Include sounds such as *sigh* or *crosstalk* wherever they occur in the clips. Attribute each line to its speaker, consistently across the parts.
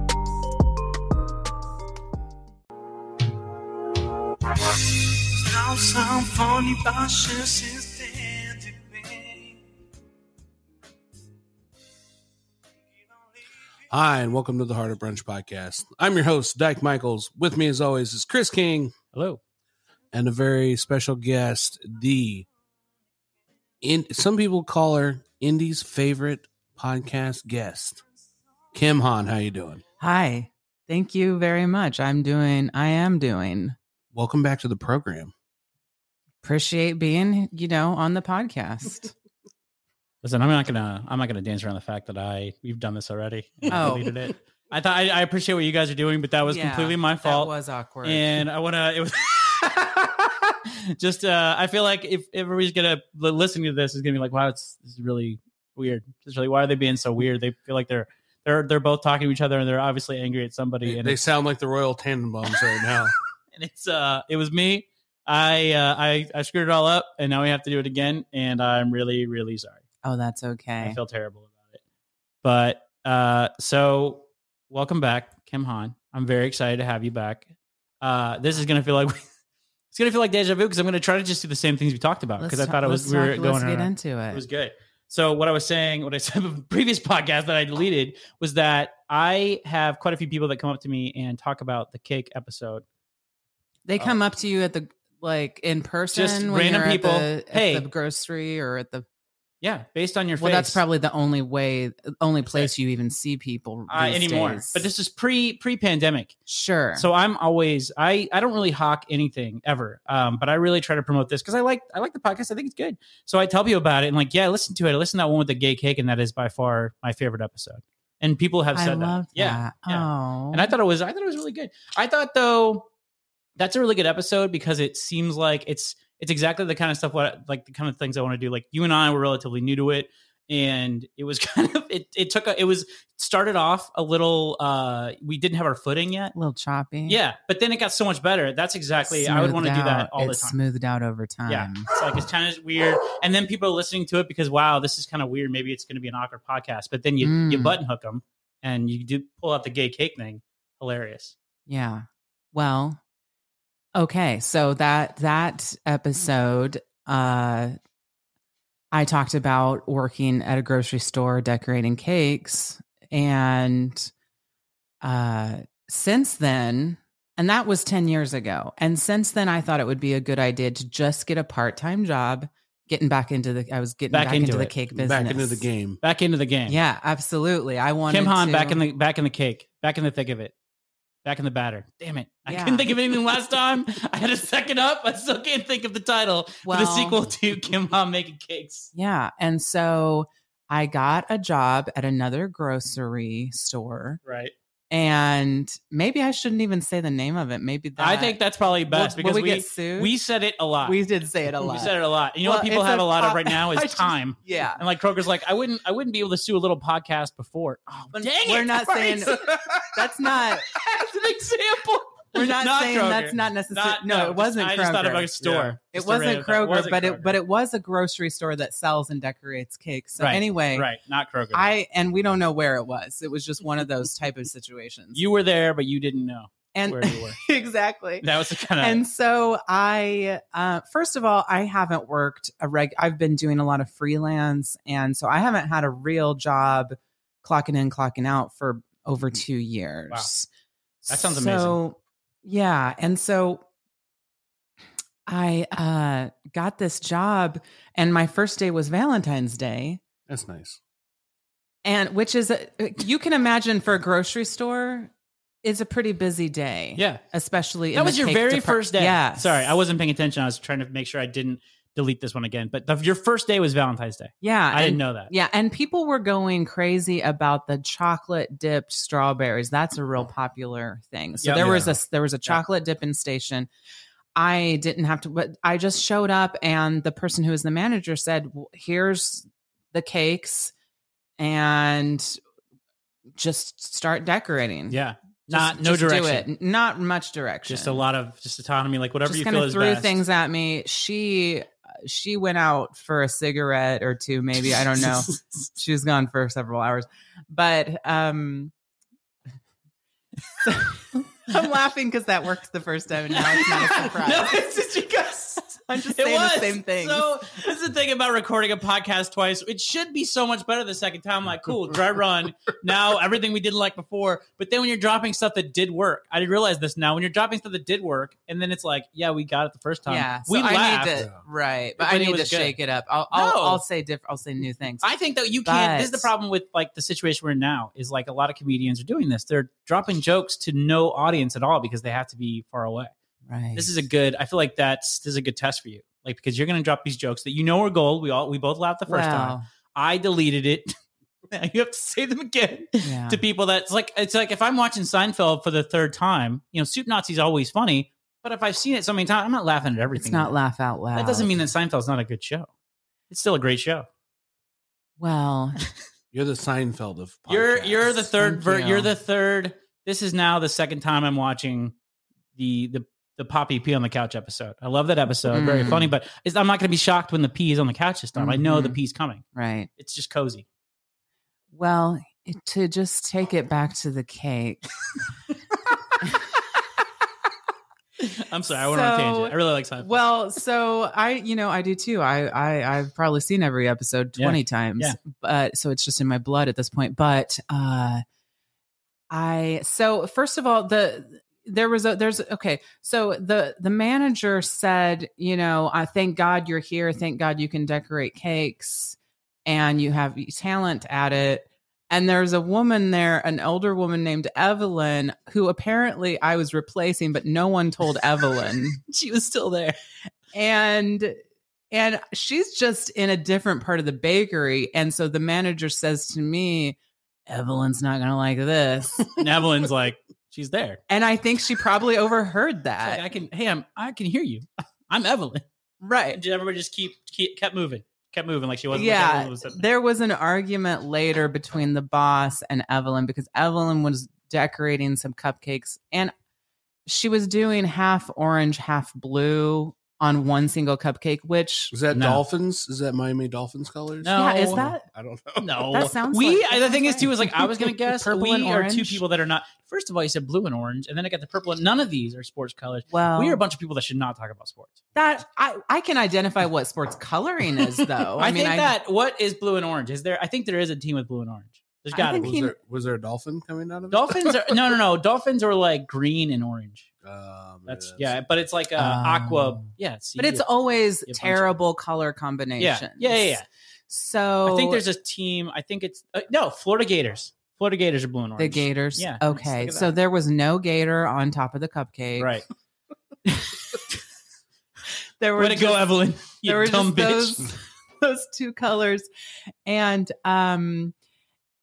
Speaker 1: *laughs* Dans symphonie basse, c'est
Speaker 2: Hi, and welcome to the Heart of Brunch podcast. I'm your host, Dyke Michaels. With me, as always, is Chris King
Speaker 3: Hello.
Speaker 2: and a very special guest, the in some people call her Indy's favorite podcast guest, Kim Hahn. How you doing?
Speaker 4: Hi. Thank you very much. I'm doing, I am doing.
Speaker 2: Welcome back to the program.
Speaker 4: Appreciate being, you know, on
Speaker 3: *laughs*
Speaker 4: the podcast.
Speaker 3: Listen, I'm not gonna I'm not gonna dance around the fact that I we've done this already. and I
Speaker 4: Oh.
Speaker 3: deleted it. I thought I, I appreciate what you guys are doing, but that was
Speaker 4: Yeah,
Speaker 3: completely my fault.
Speaker 4: That was awkward.
Speaker 3: and I wanna it was *laughs* just uh I feel like if everybody's gonna li- listening to this is gonna be like, wow, it's this is really weird. It's really why are they being so weird? They feel like they're they're they're both talking to each other and they're obviously angry at somebody
Speaker 2: They,
Speaker 3: and
Speaker 2: they
Speaker 3: it's,
Speaker 2: sound like the Royal Tannenbaums right
Speaker 3: *laughs*
Speaker 2: now.
Speaker 3: and it's uh it was me. I uh I, I screwed it all up and now we have to do it again and I'm really, really sorry.
Speaker 4: oh, that's
Speaker 3: I
Speaker 4: okay.
Speaker 3: feel terrible about it. But uh, so welcome back, Kim Han. I'm very excited to have you back. Uh, this is gonna feel like *laughs* it's gonna feel like deja vu because I'm gonna try to just do the same things we talked about because I
Speaker 4: ta-
Speaker 3: thought it was
Speaker 4: let's
Speaker 3: we were
Speaker 4: talk-
Speaker 3: going
Speaker 4: Let's get
Speaker 3: around.
Speaker 4: into
Speaker 3: It was
Speaker 4: it.
Speaker 3: good. So what I was saying, what I said *laughs* in the previous podcast that I deleted was that I have quite a few people that come up to me and talk about the cake episode.
Speaker 4: They come up to you at the, like in person, when
Speaker 3: oh. random
Speaker 4: you're at
Speaker 3: people,
Speaker 4: the- at
Speaker 3: "Hey."
Speaker 4: the grocery or at the.
Speaker 3: Yeah, based on your
Speaker 4: Well,
Speaker 3: face.
Speaker 4: that's probably the only way, only
Speaker 3: That's
Speaker 4: place you even see people
Speaker 3: uh,
Speaker 4: these
Speaker 3: anymore.
Speaker 4: days.
Speaker 3: But this is pre pre pandemic.
Speaker 4: sure.
Speaker 3: So I'm always I I don't really hawk anything ever, um, but I really try to promote this because I like I like the podcast. I think it's good. So I tell people about it and like yeah, listen to it. I listen to that one with the gay cake, and that is by far my favorite episode. And people have
Speaker 4: I
Speaker 3: said
Speaker 4: love
Speaker 3: that. Yeah,
Speaker 4: that.
Speaker 3: yeah.
Speaker 4: Oh,
Speaker 3: and I thought it was I thought it was really good. I thought though that's a really good episode because it seems like it's it's exactly the kind of stuff what like the kind of things I want to do. Like you and I were relatively new to it and it was *laughs* kind of it it took a, it was started off a little uh we didn't have our footing yet.
Speaker 4: a little choppy.
Speaker 3: Yeah, but then it got so much better. That's exactly I would
Speaker 4: Smoothed
Speaker 3: want to do
Speaker 4: out.
Speaker 3: that all
Speaker 4: It's
Speaker 3: the time.
Speaker 4: smoothed out over time.
Speaker 3: Yeah, it's like it's kind of weird, and then people are listening to it because wow, this is kind of weird. Maybe it's going to be an awkward podcast, but then you you
Speaker 4: Mm.
Speaker 3: button hook them and you do pull out the gay cake thing. Hilarious.
Speaker 4: Yeah. Well, okay. So that that
Speaker 3: Mm-hmm.
Speaker 4: episode uh I talked about working at a grocery store decorating cakes and uh since then and that was 10 years ago. And since then I thought it would be a good idea to just get a part-time job getting back into the I was getting
Speaker 3: Back
Speaker 4: back,
Speaker 3: into
Speaker 4: into, the
Speaker 3: it.
Speaker 4: cake business.
Speaker 2: Back into the game.
Speaker 3: Back into the game.
Speaker 4: Yeah, absolutely. I wanted
Speaker 3: Kim Han
Speaker 4: to,
Speaker 3: back in the back in the cake, back in the thick of it, back in the batter. Damn it! I
Speaker 4: Yeah.
Speaker 3: couldn't think of anything last time. I had a second up. I still can't think of the title for the
Speaker 4: Well-
Speaker 3: sequel to Kim Han making cakes.
Speaker 4: Yeah. And so I got a job at another grocery store.
Speaker 3: Right.
Speaker 4: And maybe I shouldn't even say the name of it. Maybe that
Speaker 3: I think that's probably best
Speaker 4: Will- will
Speaker 3: because
Speaker 4: we,
Speaker 3: we
Speaker 4: get sued.
Speaker 3: we said it a lot.
Speaker 4: we did say it a lot.
Speaker 3: *laughs* We said it a lot. You know what
Speaker 4: Well,
Speaker 3: people
Speaker 4: it's
Speaker 3: have a
Speaker 4: a
Speaker 3: lot of
Speaker 4: po-
Speaker 3: right
Speaker 4: *laughs*
Speaker 3: now
Speaker 4: I
Speaker 3: is
Speaker 4: just-
Speaker 3: time.
Speaker 4: yeah.
Speaker 3: And like Kroger's like, I wouldn't I wouldn't be able to sue a little podcast before. Oh,
Speaker 4: But
Speaker 3: dang
Speaker 4: we're
Speaker 3: it,
Speaker 4: not
Speaker 3: Christ. *laughs*
Speaker 4: saying- *laughs* That's not
Speaker 3: as an example. *laughs*
Speaker 4: we're not, saying
Speaker 3: Kroger.
Speaker 4: that's not necessary.
Speaker 3: Not-
Speaker 4: no, it
Speaker 3: just-
Speaker 4: wasn't
Speaker 3: I
Speaker 4: Kroger.
Speaker 3: just thought about a store.
Speaker 2: Yeah.
Speaker 4: it
Speaker 3: Just a
Speaker 4: wasn't
Speaker 3: random thought.
Speaker 4: Kroger, but it but it was a grocery store that sells and decorates cakes. So
Speaker 3: Right,
Speaker 4: anyway,
Speaker 3: right, not Kroger.
Speaker 4: I and we don't know where it was. It was just one of those type of situations.
Speaker 3: you were there, but you didn't know
Speaker 4: and
Speaker 3: where you were.
Speaker 4: *laughs* exactly.
Speaker 3: That was the kind of
Speaker 4: and so i uh, first of all i haven't worked a reg i've been doing a lot of freelance and so i haven't had a real job clocking in clocking out for over two years
Speaker 3: Wow. That sounds
Speaker 4: So, yeah and so i uh, got this job and my first day was valentine's day
Speaker 2: That's nice.
Speaker 4: and which is a, uh, you can imagine for a grocery store is a pretty busy day
Speaker 3: yeah.
Speaker 4: especially in
Speaker 3: That
Speaker 4: the
Speaker 3: was your
Speaker 4: cake
Speaker 3: very
Speaker 4: depart-
Speaker 3: first day.
Speaker 4: yeah
Speaker 3: Sorry, I wasn't paying attention. I was trying to make sure I didn't delete this one again. But the, your first day was Valentine's Day.
Speaker 4: Yeah.
Speaker 3: I didn't
Speaker 4: and-
Speaker 3: know that.
Speaker 4: Yeah. And people were going crazy about the chocolate dipped strawberries. That's a real popular thing. So
Speaker 3: Yeah.
Speaker 4: there was a there was a chocolate dipping station. I didn't have to but I just showed up and the person who was the manager said, "Well, "Here's the cakes and just start decorating."
Speaker 3: Yeah,
Speaker 4: Just-
Speaker 3: not no
Speaker 4: just do
Speaker 3: direction.
Speaker 4: it. Not much direction
Speaker 3: Just a lot of just autonomy, like whatever
Speaker 4: just
Speaker 3: you
Speaker 4: kinda
Speaker 3: feel is
Speaker 4: threw
Speaker 3: best. *laughs*
Speaker 4: things at me. She she went out for a cigarette or two, maybe I
Speaker 3: *laughs*
Speaker 4: don't know. she was gone for several hours, but um, *laughs*
Speaker 3: *laughs*
Speaker 4: I'm laughing because that worked the first time, and now it's not a surprise.
Speaker 3: no, it's just because
Speaker 4: I'm just
Speaker 3: It
Speaker 4: saying
Speaker 3: was.
Speaker 4: the same thing.
Speaker 3: So this is the thing about recording a podcast twice. It should be so much better the second time. Like, cool,
Speaker 4: *laughs*
Speaker 3: dry run. Now everything we did like before. But then when you're dropping stuff that did work, I realize this now. When you're dropping stuff that did work, and then it's like, yeah, we got it the first time.
Speaker 4: yeah, so
Speaker 3: we
Speaker 4: I
Speaker 3: laughed.
Speaker 4: need to
Speaker 2: Yeah.
Speaker 4: right, but
Speaker 3: When
Speaker 4: I
Speaker 3: it
Speaker 4: need to
Speaker 3: was good.
Speaker 4: shake it up. I'll I'll,
Speaker 3: No.
Speaker 4: I'll say different. I'll say new things.
Speaker 3: I think that you can't. This is the
Speaker 4: But-
Speaker 3: problem with like the situation we're in now. Is like a lot of comedians are doing this. They're dropping jokes to no audience at all because they have to be far away.
Speaker 4: right.
Speaker 3: This is a good. I feel like that's this is a good test for you. Like because you're going to drop these jokes that you know are gold. We all we both laughed the first time.
Speaker 4: Well,
Speaker 3: I deleted it. *laughs* now you have to say them again
Speaker 4: Yeah.
Speaker 3: to people. That's like it's like if I'm watching Seinfeld for the third time. You know, Soup Nazi's always funny, but if I've seen it so many times, I'm not laughing at everything.
Speaker 4: It's not laugh out loud.
Speaker 3: That doesn't mean that Seinfeld's not a good show. It's still a great show.
Speaker 4: Well,
Speaker 2: You're the Seinfeld of podcasts.
Speaker 3: You're you're the third
Speaker 4: Thank
Speaker 3: ver-
Speaker 4: you.
Speaker 3: you're the third. This is now the second time I'm watching the the the Poppy Pee on the Couch episode. I love that episode. Very
Speaker 4: Mm.
Speaker 3: funny, but it's, I'm not going to be shocked when the pee is on the couch this time. I know the
Speaker 4: Mhm.
Speaker 3: pee's coming.
Speaker 4: right.
Speaker 3: It's just cozy.
Speaker 4: Well, it- to just take it back to
Speaker 3: *laughs*
Speaker 4: the cake.
Speaker 3: I'm sorry, I went on a
Speaker 4: So-
Speaker 3: tangent. I really like Seinfeld.
Speaker 4: well, so I, you know, I do too. I, I, I've probably seen every episode
Speaker 3: Yeah.
Speaker 4: twenty times,
Speaker 3: Yeah.
Speaker 4: but so it's just in my blood at this point. But uh, I, so first of all, the there was a there's okay. So the the manager said, you know, I thank God you're here. Thank God you can decorate cakes and you have talent at it. And there's a woman there, an elder woman named Evelyn, who apparently I was replacing, but no one
Speaker 3: *laughs*
Speaker 4: told Evelyn.
Speaker 3: she was still there.
Speaker 4: and and she's just in a different part of the bakery. And so the manager says to me, Evelyn's not gonna
Speaker 3: *laughs*
Speaker 4: like this.
Speaker 3: And Evelyn's like, she's there.
Speaker 4: and I think she probably overheard
Speaker 3: It's
Speaker 4: that.
Speaker 3: like, I can. Hey, I'm. I can hear you. I'm Evelyn.
Speaker 4: right.
Speaker 3: And everybody just keep, keep kept moving, kept moving like she wasn't. like
Speaker 4: yeah
Speaker 3: Evelyn was sitting there.
Speaker 4: there was an argument later between the boss and evelyn because evelyn was decorating some cupcakes and she was doing half orange half blue on one single cupcake which
Speaker 2: Is that
Speaker 3: No.
Speaker 2: dolphins? Is that Miami Dolphins colors?
Speaker 3: No.
Speaker 4: yeah is that
Speaker 2: I don't know.
Speaker 3: No,
Speaker 4: That sounds
Speaker 3: we.
Speaker 4: like-
Speaker 3: I-
Speaker 4: that
Speaker 3: the thing
Speaker 4: sounds
Speaker 3: is too
Speaker 4: right.
Speaker 3: is like I was gonna guess
Speaker 4: *laughs* Purple
Speaker 3: we
Speaker 4: and
Speaker 3: are two
Speaker 4: orange.
Speaker 3: people that are not. First of all, you said blue and orange, and then I got the purple, and none of these are sports colors.
Speaker 4: well
Speaker 3: We are a bunch of people that should not talk about sports.
Speaker 4: Oh. that i i can identify what sports
Speaker 3: *laughs*
Speaker 4: coloring is though
Speaker 3: I, think that what is blue and orange? Is there? I think there is a team with blue and orange. There's
Speaker 4: I
Speaker 3: got to
Speaker 4: think
Speaker 3: be.
Speaker 2: Was,
Speaker 4: he-
Speaker 2: there, was there a dolphin coming out of
Speaker 3: Dolphins are no, no, no. Dolphins are like green and orange.
Speaker 2: it? Um,
Speaker 3: That's yeah, but it's like uh, aqua.
Speaker 4: Um,
Speaker 3: Yeah, see,
Speaker 4: but it's
Speaker 3: yeah.
Speaker 4: always
Speaker 3: a bunch of-
Speaker 4: terrible color
Speaker 3: yeah,
Speaker 4: combinations
Speaker 3: yeah, yeah, yeah.
Speaker 4: so
Speaker 3: I think there's a team. I think it's uh, no Florida Gators. Florida Gators are blue and orange.
Speaker 4: the gators
Speaker 3: Yeah, just
Speaker 4: okay
Speaker 3: look at
Speaker 4: so
Speaker 3: that.
Speaker 4: there was no gator on top of the cupcake
Speaker 3: right?
Speaker 4: there were
Speaker 3: Way to go,
Speaker 4: just- *laughs*
Speaker 3: Evelyn.
Speaker 4: there
Speaker 3: You
Speaker 4: were
Speaker 3: dumb bitch.
Speaker 4: just those, *laughs* those two colors and um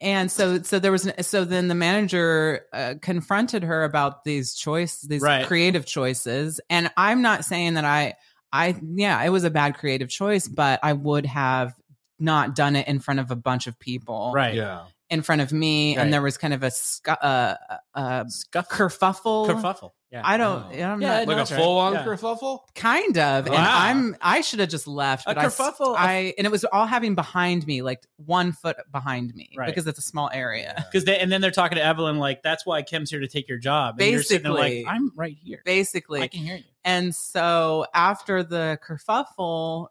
Speaker 4: and so so there was an, so then the manager uh, confronted her about these choice these
Speaker 3: Right.
Speaker 4: creative choices and i'm not saying that i i yeah it was a bad creative choice but i would have not done it in front of a bunch of people
Speaker 3: right?
Speaker 2: Yeah.
Speaker 4: in front of me
Speaker 3: Right.
Speaker 4: and there was kind of a scu- uh, uh
Speaker 3: Scuffle.
Speaker 4: kerfuffle
Speaker 3: Kerfuffle. Oh. Yeah.
Speaker 4: i don't i'm
Speaker 3: Yeah,
Speaker 4: not
Speaker 3: no,
Speaker 2: Like a
Speaker 3: that's right.
Speaker 2: full on
Speaker 3: Yeah.
Speaker 2: kerfuffle?
Speaker 4: kind of and
Speaker 3: Wow.
Speaker 4: i'm i should have just left
Speaker 3: A
Speaker 4: but I s-
Speaker 3: kerfuffle-
Speaker 4: I- and it was all having behind me like one foot behind me
Speaker 3: Right.
Speaker 4: because it's a small
Speaker 3: *laughs*
Speaker 4: area
Speaker 3: Because they and then they're talking to Evelyn like that's why Kim's here to take your job. And you're sitting there
Speaker 4: Basically.
Speaker 3: like I'm right here. I
Speaker 4: basically
Speaker 3: can hear you.
Speaker 4: and so after the kerfuffle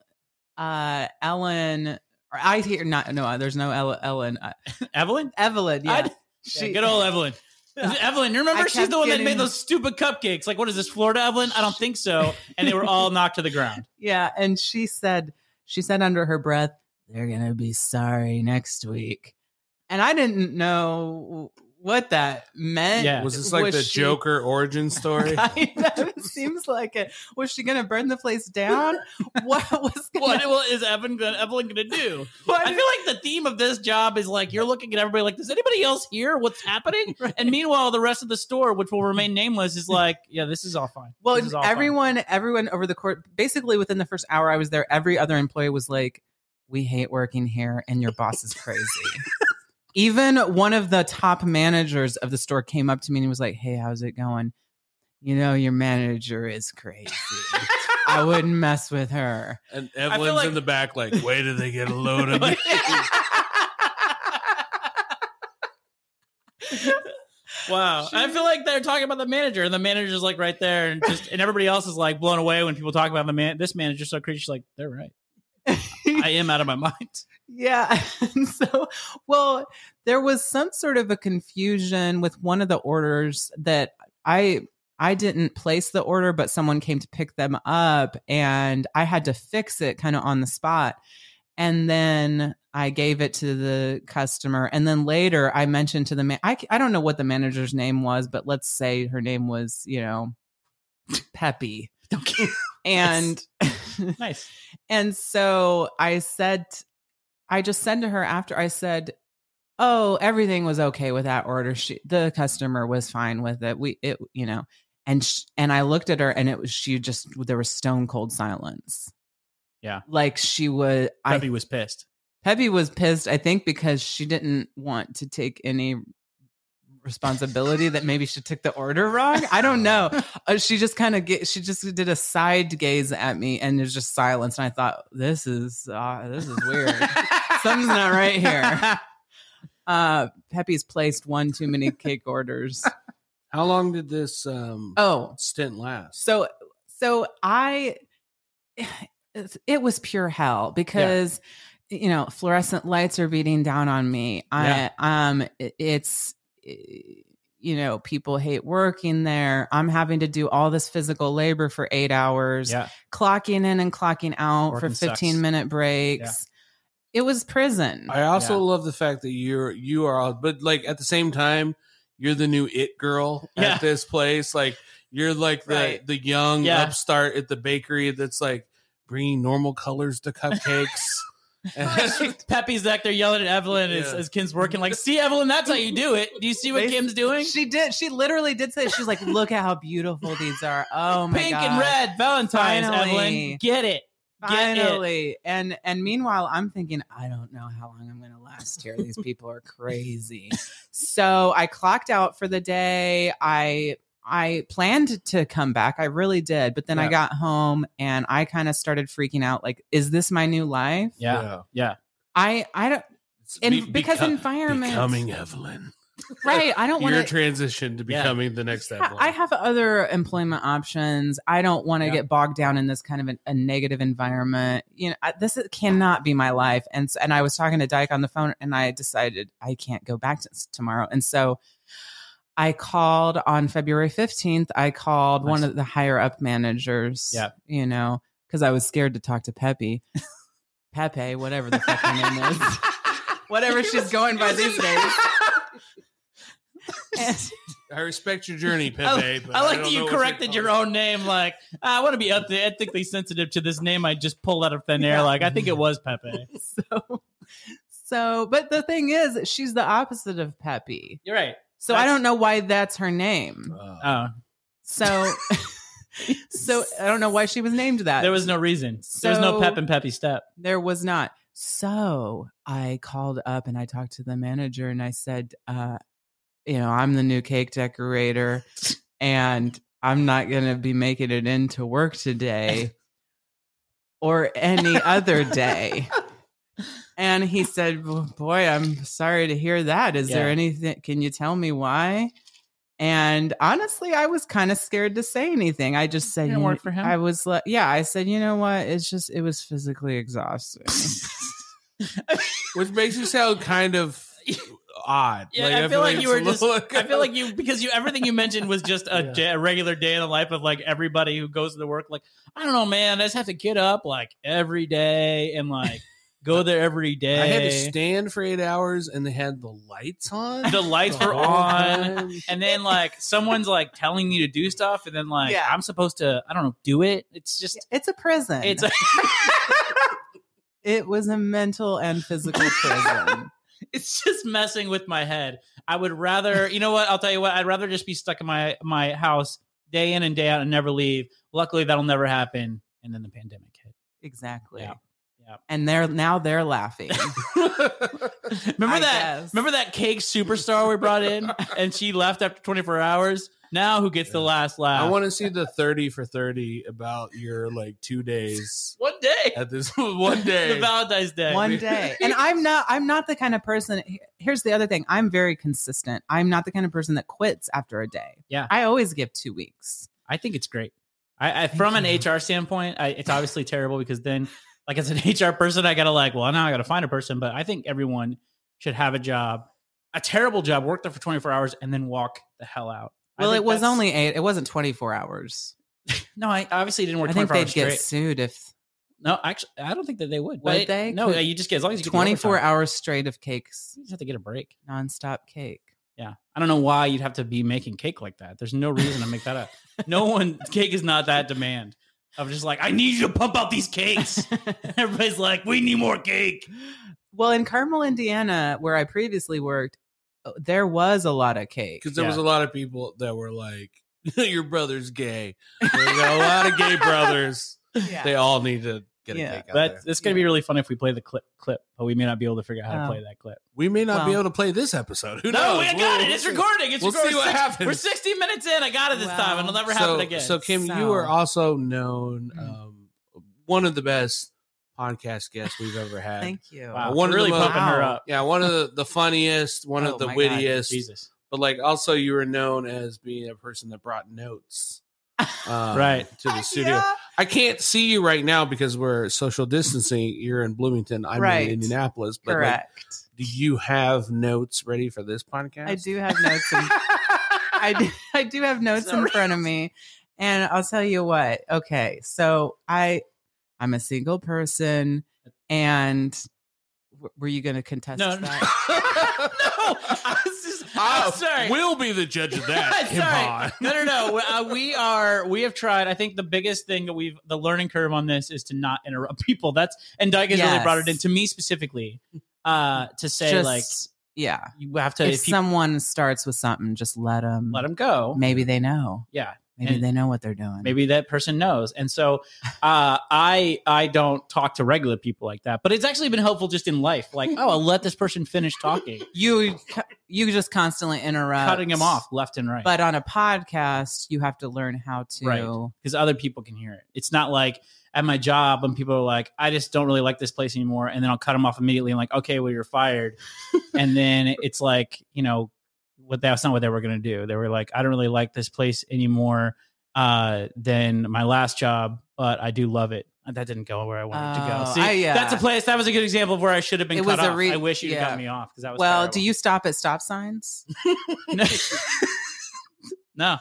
Speaker 4: uh ellen or i hear not no uh, there's no Ella- ellen uh,
Speaker 3: *laughs* Evelyn.
Speaker 4: evelyn yeah
Speaker 3: I'd- *laughs* yeah, good old Evelyn. Evelyn, you remember
Speaker 4: *laughs* I
Speaker 3: she's
Speaker 4: kept
Speaker 3: the one that
Speaker 4: getting-
Speaker 3: made those stupid cupcakes. Like, what is this, Florida Evelyn? I don't think so. And they were all knocked to the ground.
Speaker 4: yeah and she said she said under her breath they're gonna be sorry next week and i didn't know what that meant
Speaker 3: Yeah.
Speaker 2: Was this like the
Speaker 4: she-
Speaker 2: Joker
Speaker 3: *laughs*
Speaker 2: origin story?
Speaker 4: *laughs* Kind of. It seems like it. Was she going to burn the place down?
Speaker 3: *laughs*
Speaker 4: what was going *laughs*
Speaker 3: What
Speaker 4: to
Speaker 3: will- is Evelyn gonna, Evelyn gonna do? I
Speaker 4: *laughs* what,
Speaker 3: feel like the theme of this job is like you're looking at everybody like, does anybody else hear what's
Speaker 4: *laughs*
Speaker 3: happening? And meanwhile, the rest of the store, which will remain nameless, is like, yeah, this is all fine.
Speaker 4: Well,
Speaker 3: This is all fine. *laughs*
Speaker 4: everyone, *laughs* everyone over the court, basically within the first hour I was there, every other employee was like, "We hate working here, and your boss
Speaker 3: *laughs*
Speaker 4: is crazy." Even one of the top managers of the store came up to me and was like, "Hey, how's it going? You know, your manager is crazy. I wouldn't mess with
Speaker 3: *laughs*
Speaker 4: her."
Speaker 2: and
Speaker 3: feel
Speaker 2: Evelyn's
Speaker 3: like-
Speaker 2: in the back, like, wait till they get a load
Speaker 3: *laughs*
Speaker 2: of me.
Speaker 3: Like- Wow. I feel like they're talking about the manager, and the manager's like right there, and just and everybody else is like blown away when people talk about the man. This manager's so crazy. She's like, they're
Speaker 4: *laughs*
Speaker 3: right. I am out of my mind. *laughs*
Speaker 4: Yeah. *laughs* And so, well, there was some sort of a confusion with one of the orders that I I didn't place the order, but someone came to pick them up and I had to fix it kind of on the spot. And then I gave it to the customer. And then later I mentioned to the man, I, c- I don't know what the manager's name was, but let's say her name was, you know, Peppy.
Speaker 3: Okay.
Speaker 4: And
Speaker 3: Nice.
Speaker 4: and so I said, I just said to her after I said, "Oh, everything was okay with that order. She, the customer was fine with it. We, it, you know." And sh- and I looked at her, and it was she just there was stone cold silence.
Speaker 3: Yeah.
Speaker 4: like she was. I
Speaker 3: Debbie was pissed.
Speaker 4: Peppy was pissed, I think, because she didn't want to take any responsibility that maybe she took the order wrong. I don't know. Uh, she just kind of get, she just did a side gaze at me, and there's just silence. And I thought, this is uh, this is weird. Something's not right here. Uh, Peppy's placed one too many cake orders.
Speaker 2: How long did this um,
Speaker 4: Oh,
Speaker 2: stint last?
Speaker 4: so so I it was pure hell because you know fluorescent lights are beating down on me.
Speaker 3: Yeah.
Speaker 4: I um it- it's you know people hate working there. I'm having to do all this physical labor for 8 hours,
Speaker 3: Yeah.
Speaker 4: clocking in and clocking out
Speaker 3: Working
Speaker 4: for
Speaker 3: sucks.
Speaker 4: 15 minute breaks. It was prison.
Speaker 2: I also
Speaker 3: Yeah.
Speaker 2: love the fact that you're you are, but like at the same time, you're the new it girl
Speaker 3: Yeah.
Speaker 2: at this place. Like you're like the
Speaker 4: Right.
Speaker 2: the young
Speaker 3: Yeah.
Speaker 2: upstart at the bakery that's like bringing normal colors to
Speaker 3: *laughs*
Speaker 2: cupcakes. And-
Speaker 3: Peppy's back there yelling at Evelyn as,
Speaker 2: Yeah.
Speaker 3: as Kim's working. Like, see, Evelyn, that's how you do it. Do you see what
Speaker 4: They-
Speaker 3: Kim's doing?
Speaker 4: she did. She literally did say she's like, "Look at how beautiful these are." *laughs* Oh my
Speaker 3: Pink
Speaker 4: god,
Speaker 3: and red Valentine's,
Speaker 4: Finally.
Speaker 3: Evelyn. Get it. Get it.
Speaker 4: finally and and meanwhile i'm thinking i don't know how long i'm gonna last here these people are
Speaker 3: *laughs*
Speaker 4: crazy so i clocked out for the day i i planned to come back i really did but then i
Speaker 3: Yeah.
Speaker 4: got home and i kind of started freaking out like is this my new life
Speaker 2: *laughs*
Speaker 3: Yeah. Yeah.
Speaker 4: i
Speaker 3: *laughs*
Speaker 4: i don't
Speaker 2: It's
Speaker 4: and
Speaker 2: be-
Speaker 4: because
Speaker 2: beco-
Speaker 4: environment
Speaker 2: becoming Evelyn,
Speaker 4: right i don't want
Speaker 2: your
Speaker 4: to
Speaker 2: transition to
Speaker 3: Yeah.
Speaker 2: becoming the next
Speaker 4: Yeah,
Speaker 2: Evelyn.
Speaker 4: I have other employment options. I don't want to
Speaker 3: Yeah.
Speaker 4: get bogged down in this kind of an, a negative environment. You know, I, this is, cannot be my life. And s- and I was talking to Dyke on the phone, and I decided I can't go back to tomorrow. And so I called on February fifteenth. I called one
Speaker 3: Nice.
Speaker 4: of the higher up managers.
Speaker 3: Yeah.
Speaker 4: you know, because I was scared to talk
Speaker 3: *laughs*
Speaker 4: to Peppy, Pepe, whatever the fuck her name was, *laughs* whatever she's going by these days. And-
Speaker 2: I respect your journey, Pepe. but
Speaker 3: *laughs* *laughs* I
Speaker 2: don't know
Speaker 3: like that you
Speaker 2: what you're
Speaker 3: corrected your
Speaker 2: calling
Speaker 3: own name. Like, "Ah, I want to be eth- ethically sensitive to this name I just pulled out of thin air. Like, I think it was Pepe.
Speaker 4: *laughs* so so but the thing is she's the opposite of peppy
Speaker 3: You're right.
Speaker 4: so i
Speaker 3: That's-
Speaker 4: don't know why that's her name
Speaker 2: it. Uh,
Speaker 3: Oh,
Speaker 4: so *laughs* so i don't know why she was named that
Speaker 3: there was no reason. there was no
Speaker 4: So-
Speaker 3: Pep and Peppy step.
Speaker 4: there was not so i called up and i talked to the manager and i said uh you know i'm the new cake decorator and i'm not going to be making it into work today or any other day and he said "Well, boy i'm sorry to hear that is there
Speaker 3: Yeah.
Speaker 4: anything can you tell me why and honestly i was kind of scared to say anything i just said
Speaker 3: Didn't
Speaker 4: "You-
Speaker 3: work for him?"
Speaker 4: i was like yeah i said you know what it's just it was physically exhausting
Speaker 2: which makes you sound kind of
Speaker 3: *laughs*
Speaker 2: odd.
Speaker 3: Yeah, I feel like you were
Speaker 2: it's a little-
Speaker 3: I feel like you because you everything you mentioned was just a,
Speaker 2: Yeah.
Speaker 3: day- a regular day in the life of like everybody who goes to the work. Like I don't know, man. I just have to get up like every day and like go there every
Speaker 2: *laughs*
Speaker 3: day.
Speaker 2: I had to stand for eight hours, and they had the lights on.
Speaker 3: the lights were
Speaker 2: whole
Speaker 3: on,
Speaker 2: time.
Speaker 3: and then like someone's like telling me to do stuff, and then like
Speaker 4: Yeah.
Speaker 3: I'm supposed to I don't know do it. It's just
Speaker 4: it's a *laughs* prison
Speaker 3: it's a,
Speaker 4: it was a mental and physical *laughs* prison
Speaker 3: *laughs* it's just messing with my head. I would rather you know what I'll tell you what I'd rather just be stuck in my my house day in and day out and never leave. Luckily that'll never happen. And then the pandemic hit.
Speaker 4: exactly
Speaker 3: Yeah. Yeah.
Speaker 4: and they're now they're *laughs* laughing
Speaker 3: *laughs* Remember
Speaker 4: I
Speaker 3: that?
Speaker 4: guess.
Speaker 3: Remember that cake superstar we brought in, and she left after 24 hours. Now who gets the
Speaker 2: Yeah.
Speaker 3: last laugh?
Speaker 2: I want to see the thirty for thirty about your like two days.
Speaker 3: One one day.
Speaker 2: at this *laughs* one
Speaker 3: *laughs* the
Speaker 2: day.
Speaker 3: Valentine's Day.
Speaker 4: one *laughs* day and i'm not i'm not the kind of person here's the other thing i'm very consistent i'm not the kind of person that quits after a day
Speaker 3: Yeah.
Speaker 4: i always give two weeks
Speaker 3: I think it's great. I, I from an HR standpoint, I, it's obviously terrible because then, like as an *laughs* HR person, I gotta like, well, now I gotta find a person. But I think everyone should have a job, a terrible job, work there for 24 hours, and then walk the hell out. I
Speaker 4: well
Speaker 3: think
Speaker 4: it was
Speaker 3: that's-
Speaker 4: only eight it wasn't 24 hours
Speaker 3: no. I obviously didn't work
Speaker 4: i think
Speaker 3: 24
Speaker 4: they'd
Speaker 3: hours straight.
Speaker 4: get sued if
Speaker 3: No, actually, I don't think that they would.
Speaker 4: Would
Speaker 3: But it-
Speaker 4: they?
Speaker 3: No,
Speaker 4: Could-
Speaker 3: you just get as long as you get the
Speaker 4: 24
Speaker 3: overtime.
Speaker 4: hours straight of cakes
Speaker 3: You just have to get a break.
Speaker 4: nonstop
Speaker 3: *laughs*
Speaker 4: cake
Speaker 3: Yeah, I don't know why you'd have to be making cake like that. There's no reason to make that up. No *laughs* one cake is not that demand. I'm just like, I need you to pump out these cakes. *laughs* Everybody's like, we need more cake.
Speaker 4: well in carmel indiana where i previously worked uh, there was a lot of cake
Speaker 3: *laughs*
Speaker 2: because there was
Speaker 3: Yeah.
Speaker 2: a lot of people that were like, *laughs* "Your brother's
Speaker 3: *laughs*
Speaker 2: gay." There's a lot of gay brothers. They all need to get
Speaker 4: Yeah.
Speaker 2: a cake out
Speaker 3: But
Speaker 2: there.
Speaker 3: it's gonna be really fun if we play the clip, clip, but we may not be able to figure out how to
Speaker 4: Oh.
Speaker 3: play that clip.
Speaker 2: We may not be
Speaker 4: Well-
Speaker 2: able to play this episode. Who
Speaker 3: No,
Speaker 2: knows?
Speaker 3: I got
Speaker 2: We'll-
Speaker 3: it.
Speaker 2: we'll
Speaker 3: It's
Speaker 2: see.
Speaker 3: recording. It's
Speaker 2: We'll
Speaker 3: recording.
Speaker 2: see what
Speaker 3: Six-
Speaker 2: happens.
Speaker 3: We're 60 minutes in. I got it this time. It'll
Speaker 4: Well,
Speaker 3: never
Speaker 2: so,
Speaker 3: happen again. Mm-hmm.
Speaker 2: So, Kim, you
Speaker 4: So-
Speaker 2: are also known
Speaker 4: Mm.
Speaker 2: um, one of the best podcast guests we've ever had.
Speaker 4: thank you
Speaker 3: wow,
Speaker 2: one
Speaker 3: one
Speaker 2: of
Speaker 3: really
Speaker 2: the most-
Speaker 3: pumping her
Speaker 4: Wow.
Speaker 3: up.
Speaker 2: Yeah, one of the, the funniest, one
Speaker 4: Oh
Speaker 2: of the
Speaker 4: my God.
Speaker 2: wittiest,
Speaker 3: Jesus,
Speaker 2: but like also you were known as being a person that brought
Speaker 3: *laughs*
Speaker 2: notes um,
Speaker 3: Right.
Speaker 2: to the studio. *laughs* I can't see you right now because we're social distancing. You're in Bloomington. I'm
Speaker 4: Right.
Speaker 2: in Indianapolis. But like,
Speaker 4: correct
Speaker 2: do you have notes ready for this podcast?
Speaker 4: I do have
Speaker 3: *laughs*
Speaker 4: notes. In, I *laughs* do, I do have notes in front of me, and I'll tell you what. Okay, so I I'm a single person, and w- were you going to contest
Speaker 3: No, no.
Speaker 4: that?
Speaker 3: no, *laughs* I was just,
Speaker 2: Oh,
Speaker 4: Oh,
Speaker 3: I'm sorry.
Speaker 2: We'll be the judge of
Speaker 4: *laughs*
Speaker 2: that. Come on.
Speaker 3: Sorry. No, no, no. We- uh, we are. We have tried. I think the biggest thing that we've the learning curve on this is to not interrupt *laughs* people. That's and Dyke has really
Speaker 4: Yes.
Speaker 3: brought it in to me specifically uh, to *laughs* say
Speaker 4: Just-
Speaker 3: like
Speaker 4: Yeah.
Speaker 3: you have to
Speaker 4: If,
Speaker 3: if people
Speaker 4: someone starts with something, just let them.
Speaker 3: let them go.
Speaker 4: Maybe they know.
Speaker 3: Yeah,
Speaker 4: Maybe
Speaker 3: And-
Speaker 4: they know what they're doing.
Speaker 3: maybe that person knows. And so uh, I I don't talk to regular people like that. But it's actually been helpful just in life. Like oh, I'll let this person finish
Speaker 4: *laughs*
Speaker 3: talking,
Speaker 4: you you just constantly interrupt,
Speaker 3: cutting them off left and right.
Speaker 4: But on a podcast, you have to learn how to.
Speaker 3: Right. because other people can hear it. It's not like at my job when people are like, I just don't really like this place anymore. And then I'll cut them off immediately. and like, okay, well, you're
Speaker 4: *laughs*
Speaker 3: fired. and then it's like, you know, what that's not what they were going to do. They were like, I don't really like this place anymore uh, than my last job, but I do love it. And That didn't go where I wanted to go.
Speaker 4: Oh,
Speaker 3: See,
Speaker 4: I- yeah.
Speaker 3: that's a place. That was a good example of where I should have been
Speaker 4: It
Speaker 3: cut
Speaker 4: was a
Speaker 3: off.
Speaker 4: re-
Speaker 3: I wish you
Speaker 4: yeah.
Speaker 3: cut me off because that was
Speaker 4: Well,
Speaker 3: terrible.
Speaker 4: do you stop at stop signs?
Speaker 3: *laughs* no,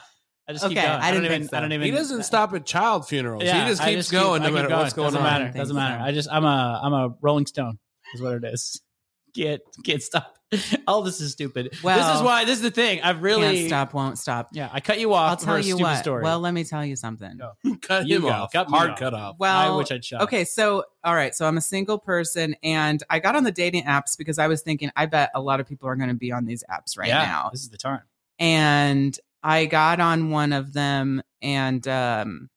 Speaker 3: I just keep
Speaker 4: Okay,
Speaker 3: going.
Speaker 4: I
Speaker 3: I, don't
Speaker 4: didn't
Speaker 3: even.
Speaker 4: think so.
Speaker 3: I don't even.
Speaker 2: He doesn't stop at child funerals. he Oh, just
Speaker 3: uh, I
Speaker 2: keeps
Speaker 3: keep-
Speaker 2: going
Speaker 3: I
Speaker 2: no
Speaker 3: keep
Speaker 2: matter what's going
Speaker 3: doesn't
Speaker 2: on.
Speaker 3: Matter. Doesn't matter. I just I'm a I'm a Rolling Stone is what it is. *laughs* Can't can't stop. *laughs* All this is stupid. this
Speaker 4: Well,
Speaker 3: is why this is the thing. I've
Speaker 4: Can't
Speaker 3: really
Speaker 4: stop, won't stop.
Speaker 3: yeah. I cut you off.
Speaker 4: I'll tell
Speaker 3: for a
Speaker 4: you
Speaker 3: stupid
Speaker 4: what.
Speaker 3: Story.
Speaker 4: Well, let me tell you something.
Speaker 3: Go.
Speaker 2: cut
Speaker 3: You
Speaker 2: him
Speaker 3: go.
Speaker 2: off.
Speaker 3: Cut me
Speaker 2: Hard
Speaker 3: off.
Speaker 2: cut off.
Speaker 4: Well,
Speaker 3: I wish I'd shut.
Speaker 4: okay. So, all right. So, I'm a single person, and I got on the dating apps because I was thinking, I bet a lot of people are going to be on these apps right
Speaker 3: Yeah,
Speaker 4: now.
Speaker 3: This is the time.
Speaker 4: And I got on one of them, and um,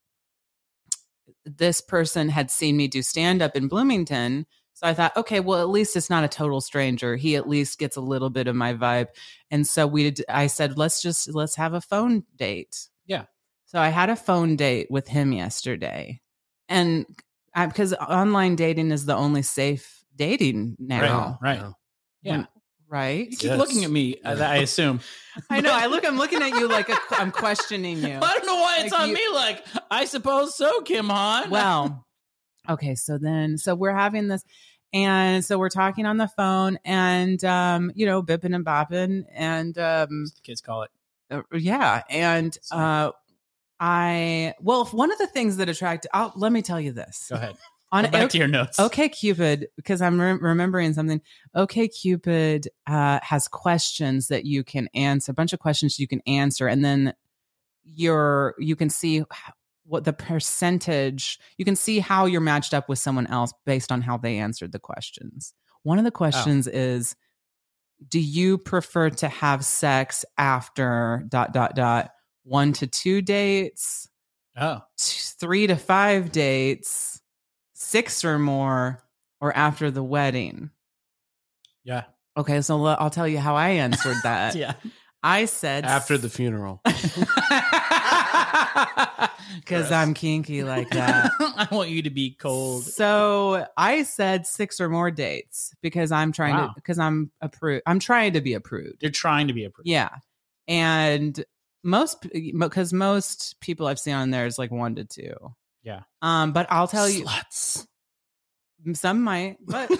Speaker 4: this person had seen me do stand up in Bloomington. So I thought, okay, well, at least it's not a total stranger. He at least gets a little bit of my vibe. And so we did, I said, let's just, let's have a phone date.
Speaker 3: Yeah.
Speaker 4: So I had a phone date with him yesterday. And I, because online dating is the only safe dating now,
Speaker 3: Right. Yeah.
Speaker 4: When- right?
Speaker 3: *laughs* You keep
Speaker 2: Oh, Yes.
Speaker 3: looking at me.
Speaker 2: *laughs*
Speaker 3: I- I assume.
Speaker 4: I know. I look, I'm looking at you like a, I'm questioning you.
Speaker 3: I don't know why it's
Speaker 4: Like
Speaker 3: on
Speaker 4: you-
Speaker 3: me. Like I suppose so, Kim
Speaker 4: *laughs*
Speaker 3: Han.
Speaker 4: well okay so then so we're having this and so we're talking on the phone and um you know bipping and bopping and um
Speaker 3: kids call it.
Speaker 4: uh, yeah and uh i well one of the things that attracted I'll, let me tell you this
Speaker 3: Go ahead.
Speaker 4: on
Speaker 3: Go back to your notes.
Speaker 4: okay cupid because i'm re- remembering something okay cupid uh, has questions that you can answer a bunch of questions you can answer and then your you can see h- what the percentage you can see how you're matched up with someone else based on how they answered the questions one of the questions is do you prefer to have sex after dot dot dot one to two dates
Speaker 3: Oh,
Speaker 4: t- three to five dates, six or more, or after the wedding.
Speaker 3: yeah. *laughs*
Speaker 4: Okay, so l- I'll tell you how I answered that.
Speaker 3: Yeah.
Speaker 4: I said
Speaker 2: after the funeral.
Speaker 4: because
Speaker 3: *laughs*
Speaker 4: I'm kinky like that.
Speaker 3: I want you to be cold.
Speaker 4: So I said six or more dates because I'm trying to
Speaker 3: Wow.
Speaker 4: because I'm approved. I'm trying to be approved.
Speaker 3: You're trying to be a prude.
Speaker 4: Yeah, and most because most people I've seen on there is like one to two.
Speaker 3: Yeah.
Speaker 4: Um, but I'll tell you,
Speaker 2: Sluts.
Speaker 4: some might, but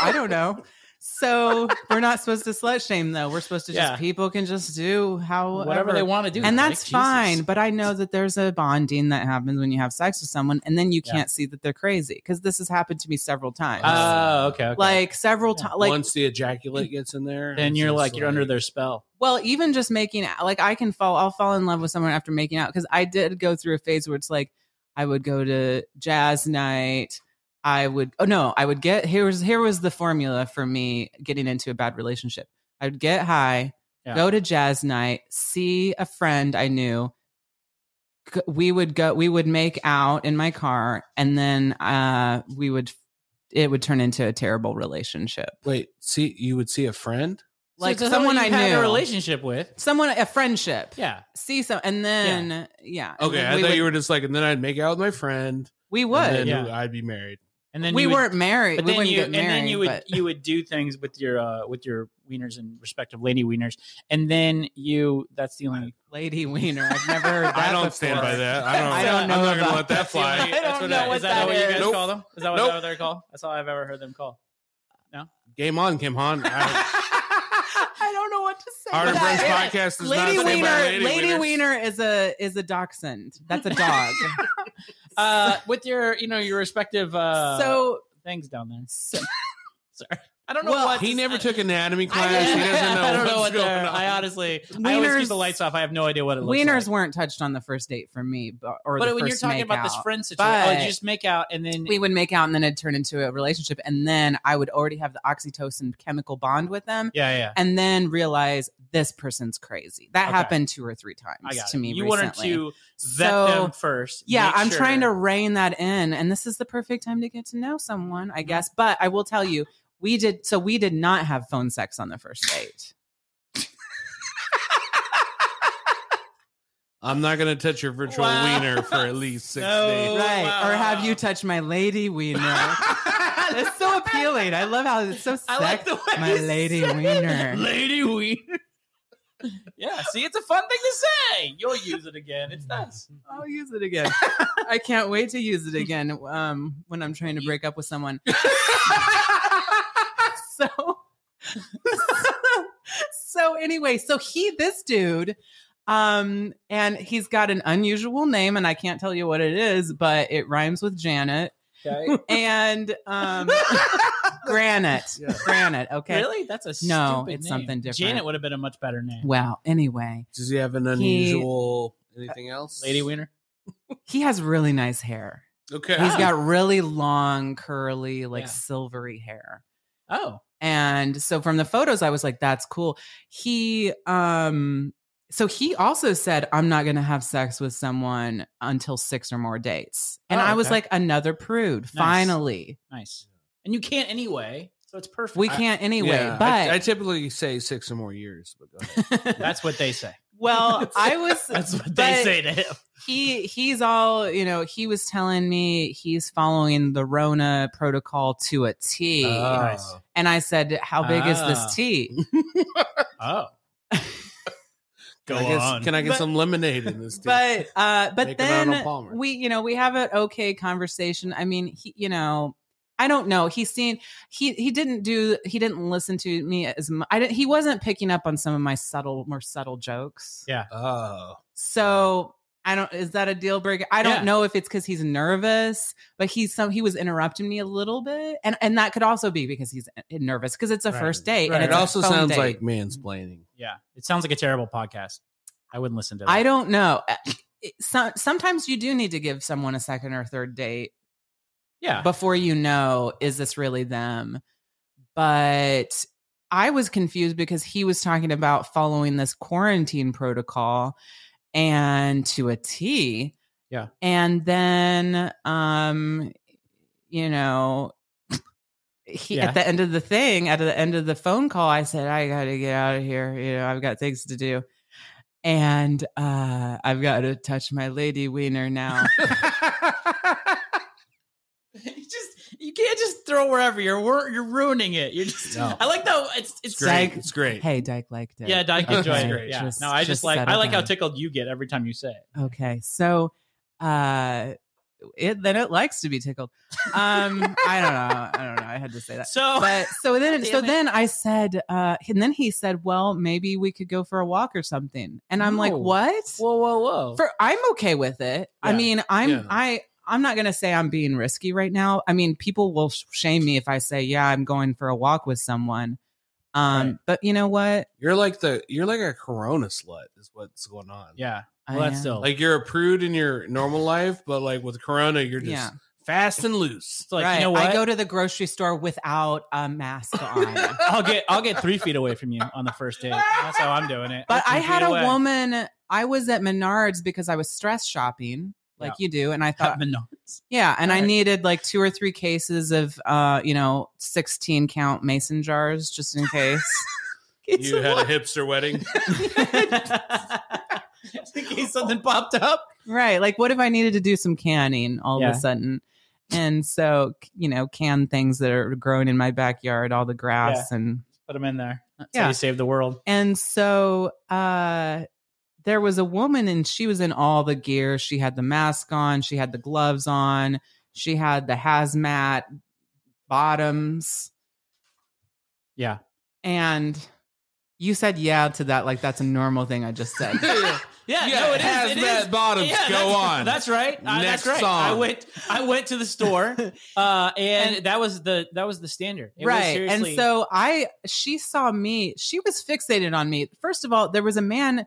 Speaker 4: I
Speaker 3: *laughs*
Speaker 4: don't know. So we're not supposed to slut shame though. We're supposed to
Speaker 3: Yeah.
Speaker 4: just people can just do however
Speaker 3: Whatever, they want to do.
Speaker 4: and
Speaker 3: Nick,
Speaker 4: that's
Speaker 3: Jesus.
Speaker 4: fine but i know that there's a bonding that happens when you have sex with someone and then you
Speaker 3: Yeah.
Speaker 4: can't see that they're crazy because this has happened to me several times
Speaker 3: Oh, okay, okay.
Speaker 4: like several
Speaker 3: Yeah.
Speaker 4: times *laughs* like
Speaker 2: Once the ejaculate gets in there,
Speaker 3: then
Speaker 2: it's
Speaker 3: you're
Speaker 2: just
Speaker 3: like you're under their spell.
Speaker 4: well even just making out like i can fall i'll fall in love with someone after making out because i did go through a phase where it's like i would go to jazz night i would oh no i would get here was here was the formula for me getting into a bad relationship i would get high
Speaker 3: Yeah.
Speaker 4: go to jazz night see a friend i knew G- we would go we would make out in my car and then uh we would it would turn into a terrible relationship
Speaker 2: Wait, see, you would see a friend.
Speaker 4: like
Speaker 3: So it's
Speaker 4: someone i
Speaker 3: you had
Speaker 4: knew
Speaker 3: a relationship with.
Speaker 4: someone a friendship
Speaker 3: Yeah,
Speaker 4: see some and then yeah, and
Speaker 2: Okay,
Speaker 4: then
Speaker 2: I
Speaker 4: we
Speaker 2: thought
Speaker 4: would,
Speaker 2: you were just like, and then I'd make out with my friend.
Speaker 4: we
Speaker 2: and
Speaker 4: would
Speaker 2: then
Speaker 3: Yeah.
Speaker 2: I'd be married.
Speaker 3: and then
Speaker 4: we
Speaker 3: you would-
Speaker 4: weren't married
Speaker 3: But
Speaker 4: we
Speaker 3: then
Speaker 4: wouldn't
Speaker 3: you
Speaker 4: get married
Speaker 3: and then you would
Speaker 4: but
Speaker 3: you would do things with your uh with your wieners and respective lady wieners, and then you that's the only
Speaker 4: lady wiener i've
Speaker 3: *laughs*
Speaker 4: never heard that
Speaker 2: I don't
Speaker 4: before.
Speaker 2: stand by that. I don't.
Speaker 4: I don't know
Speaker 2: I'm not gonna
Speaker 4: about
Speaker 2: let that fly.
Speaker 4: *laughs* I don't know what
Speaker 3: is that,
Speaker 4: that
Speaker 3: what you guys
Speaker 4: is.
Speaker 2: Nope.
Speaker 3: call them? Is that what,
Speaker 2: Nope.
Speaker 3: that what they're called? That's all I've ever heard them
Speaker 4: *laughs*
Speaker 3: call.
Speaker 2: Game on, Kim Han. Our
Speaker 4: *laughs* i don't know what to say
Speaker 2: Hard and
Speaker 4: to
Speaker 2: Friends
Speaker 4: that.
Speaker 2: podcast is
Speaker 4: lady
Speaker 2: not
Speaker 4: wiener
Speaker 2: Lady,
Speaker 4: lady,
Speaker 2: Wiener.
Speaker 4: wiener is a is a dachshund that's a dog
Speaker 3: Uh, with your you know your respective *laughs* uh
Speaker 4: so
Speaker 3: things down there.
Speaker 4: so-
Speaker 3: Sorry, I don't know
Speaker 4: Well,
Speaker 3: what
Speaker 2: He never took anatomy
Speaker 3: I,
Speaker 2: class. He doesn't know.
Speaker 3: *laughs* I don't know
Speaker 2: what's
Speaker 3: what
Speaker 2: going
Speaker 3: they're.
Speaker 2: on.
Speaker 3: I honestly, I always keep
Speaker 4: Wieners-
Speaker 3: the lights off. I have no idea what it looks
Speaker 4: wieners
Speaker 3: like.
Speaker 4: weren't touched on the first date for me but or the
Speaker 3: But when you're
Speaker 4: first
Speaker 3: talking about this
Speaker 4: makeout.
Speaker 3: friend situation, oh,
Speaker 4: But-
Speaker 3: you just make out and then
Speaker 4: we would make out and then it'd turn into a relationship and then i would already have the oxytocin chemical bond with them
Speaker 3: yeah, yeah.
Speaker 4: and then realize this person's crazy. That
Speaker 3: Okay.
Speaker 4: happened two or three times
Speaker 3: I got
Speaker 4: to
Speaker 3: it.
Speaker 4: me.
Speaker 3: You wanted
Speaker 4: recently.
Speaker 3: to vet
Speaker 4: So,
Speaker 3: them first.
Speaker 4: Yeah,
Speaker 3: make
Speaker 4: I'm
Speaker 3: sure-
Speaker 4: trying to
Speaker 3: *laughs*
Speaker 4: rein that in, and this is the perfect time to get to know someone,
Speaker 3: Mm-hmm.
Speaker 4: I guess. But I will tell you, we did so we did not have phone sex on the first date.
Speaker 2: I'm not gonna touch your virtual
Speaker 3: Wow.
Speaker 2: wiener for at least six
Speaker 3: No.
Speaker 2: days.
Speaker 3: Oh,
Speaker 4: right.
Speaker 3: wow.
Speaker 4: Or have you touched my
Speaker 3: *laughs*
Speaker 4: lady wiener? That's so appealing. I love how it's so
Speaker 3: I
Speaker 4: sexy.
Speaker 3: like the way
Speaker 4: my
Speaker 3: you
Speaker 4: lady
Speaker 3: said it.
Speaker 4: wiener.
Speaker 3: Lady wiener. yeah, see, it's a fun thing to say. You'll use it again. It's nice.
Speaker 4: I'll use it again. I can't wait to use it again um, when I'm trying to break up with someone. *laughs* so, *laughs* so anyway, so he, this dude, um, and he's got an unusual name, and I can't tell you what it is, but it rhymes with Janet
Speaker 3: Okay.
Speaker 4: and
Speaker 3: *laughs*
Speaker 4: um, Granite.
Speaker 2: Yeah.
Speaker 4: Granite. Okay.
Speaker 3: Really? That's a
Speaker 4: No,
Speaker 3: Stupid
Speaker 4: it's
Speaker 3: name.
Speaker 4: something different.
Speaker 3: Janet would have been a much better name.
Speaker 4: Wow. Anyway,
Speaker 2: Does he have an unusual anything else?
Speaker 3: Lady wiener.
Speaker 4: he has really nice hair.
Speaker 2: Okay.
Speaker 4: He's got really long, curly, like
Speaker 3: Yeah.
Speaker 4: silvery hair.
Speaker 3: Oh,
Speaker 4: And so from the photos, I was like, that's cool. He, um, so he also said, I'm not going to have sex with someone until six or more dates. And
Speaker 3: Oh,
Speaker 4: I was
Speaker 3: okay.
Speaker 4: like, another prude. Finally,
Speaker 3: nice. And you can't anyway, so it's perfect.
Speaker 4: we can't anyway,
Speaker 2: Yeah,
Speaker 4: but
Speaker 2: I, I typically say six or more years, but go
Speaker 4: *laughs*
Speaker 2: ahead.
Speaker 3: That's what they say.
Speaker 4: well, I was,
Speaker 3: That's *laughs* what they
Speaker 4: but-
Speaker 3: say to
Speaker 4: *laughs*
Speaker 3: him.
Speaker 4: he, he's all, you know, he was telling me he's following the Rona protocol to a T.
Speaker 3: Nice.
Speaker 2: Oh.
Speaker 4: and I said, how big is
Speaker 3: Ah.
Speaker 4: this T?
Speaker 3: Oh, *laughs* go
Speaker 2: I guess-
Speaker 3: on.
Speaker 2: Can I get
Speaker 4: But-
Speaker 2: some lemonade in
Speaker 4: *laughs*
Speaker 2: this? tea?
Speaker 4: but uh but
Speaker 2: Make him Arnold
Speaker 4: then
Speaker 2: Palmer.
Speaker 4: we you know we have an okay conversation i mean he you know i don't know he's seen he he didn't do he didn't listen to me as much i didn't he wasn't picking up on some of my subtle more subtle jokes
Speaker 3: Yeah.
Speaker 2: oh,
Speaker 4: so i don't is that a deal breaker i don't
Speaker 3: Yeah.
Speaker 4: know if it's because he's nervous but he's some he was interrupting me a little bit and and that could also be because he's uh, nervous because it's a
Speaker 3: Right.
Speaker 4: first date
Speaker 3: Right.
Speaker 4: and
Speaker 2: it
Speaker 4: it's
Speaker 3: a
Speaker 2: also sounds like
Speaker 4: like
Speaker 2: mansplaining.
Speaker 3: yeah, it sounds like a terrible podcast. I wouldn't listen to. That.
Speaker 4: I don't know. Uh, It- So, sometimes you do need to give someone a second or third date
Speaker 3: Yeah,
Speaker 4: before you know is this really them. But I was confused because he was talking about following this quarantine protocol and to a T.
Speaker 3: Yeah.
Speaker 4: And then um you know he
Speaker 3: Yeah.
Speaker 4: at the end of the thing, at the end of the phone call, I said, I gotta get out of here. You know, I've got things to do. And uh I've gotta touch my lady
Speaker 3: *laughs*
Speaker 4: wiener now.
Speaker 3: *laughs* you just you can't just throw wherever you're wor- you're ruining it. You're just
Speaker 2: No.
Speaker 3: I like that it's it's
Speaker 2: great.
Speaker 4: Psych.
Speaker 2: It's great.
Speaker 4: hey, Dyke liked it.
Speaker 3: yeah, Dyke
Speaker 4: Okay,
Speaker 3: enjoyed it. Yeah.
Speaker 4: just-
Speaker 3: no, I just,
Speaker 4: just
Speaker 3: like
Speaker 4: settle
Speaker 3: I like how
Speaker 4: down.
Speaker 3: tickled you get every time you say it.
Speaker 4: Okay. So uh it then it likes to be tickled. Um I don't know. I don't know. I had to say
Speaker 3: *laughs*
Speaker 4: that.
Speaker 3: So
Speaker 4: but so then
Speaker 3: Damn
Speaker 4: so
Speaker 3: it.
Speaker 4: then I said uh and then he said, "Well, maybe we could go for a walk or something." And I'm like,
Speaker 3: No.
Speaker 4: "What?"
Speaker 3: Oh. whoa whoa whoa.
Speaker 4: For I'm okay with it. I
Speaker 3: Yeah.
Speaker 4: mean, I'm
Speaker 2: Yeah.
Speaker 4: I I'm not going to say I'm being risky right now. I mean, people will sh- shame me if I say, "Yeah, I'm going for a walk with someone." Um,
Speaker 3: Right.
Speaker 4: but you know what?
Speaker 2: You're like the you're like a corona slut is what's going on.
Speaker 3: yeah.
Speaker 4: I
Speaker 3: Well, that's
Speaker 4: am-
Speaker 3: still
Speaker 2: Like you're a prude in your normal life, but like with corona, you're just
Speaker 4: Yeah.
Speaker 2: fast and loose.
Speaker 3: it's like
Speaker 4: right.
Speaker 3: you know what?
Speaker 4: I go to the grocery store without a mask
Speaker 3: *laughs*
Speaker 4: on.
Speaker 3: I'll get I'll get three feet away from you on the first date. That's how I'm doing it.
Speaker 4: But
Speaker 3: Three
Speaker 4: I had
Speaker 3: feet
Speaker 4: a
Speaker 3: away.
Speaker 4: woman. I was at Menards because I was stress shopping, like you do, and I
Speaker 3: Uh,
Speaker 4: thought,
Speaker 3: *laughs*
Speaker 4: yeah, and I
Speaker 3: Right.
Speaker 4: needed like two or three cases of, uh, you know, sixteen count mason jars just in case.
Speaker 3: *laughs*
Speaker 2: you had a hipster wedding.
Speaker 3: in case something popped up.
Speaker 4: right, like what if I needed to do some canning all of
Speaker 3: Yeah.
Speaker 4: a sudden? And so, c- you know, can things that are growing in my backyard, all the grass and
Speaker 3: Put them in there. That's
Speaker 4: Yeah.
Speaker 3: how you save the world.
Speaker 4: And so uh there was a woman and she was in all the gear. She had the mask on, she had the gloves on, she had the hazmat bottoms
Speaker 3: Yeah.
Speaker 4: and you said yeah to that like that's a normal thing I just said.
Speaker 3: *laughs* *laughs* Yeah,
Speaker 2: Yeah,
Speaker 3: no, it
Speaker 2: has
Speaker 3: is. It
Speaker 2: that
Speaker 3: is.
Speaker 2: bottoms.
Speaker 3: Yeah,
Speaker 2: Go
Speaker 3: that's,
Speaker 2: on.
Speaker 3: That's right. Uh,
Speaker 2: Next
Speaker 3: that's right. I
Speaker 2: song.
Speaker 3: went. I went to the store, uh, and, that was the that was the standard. It was
Speaker 4: right. And
Speaker 3: seriously-
Speaker 4: so I she saw me, she was fixated on me. First of all, there was a man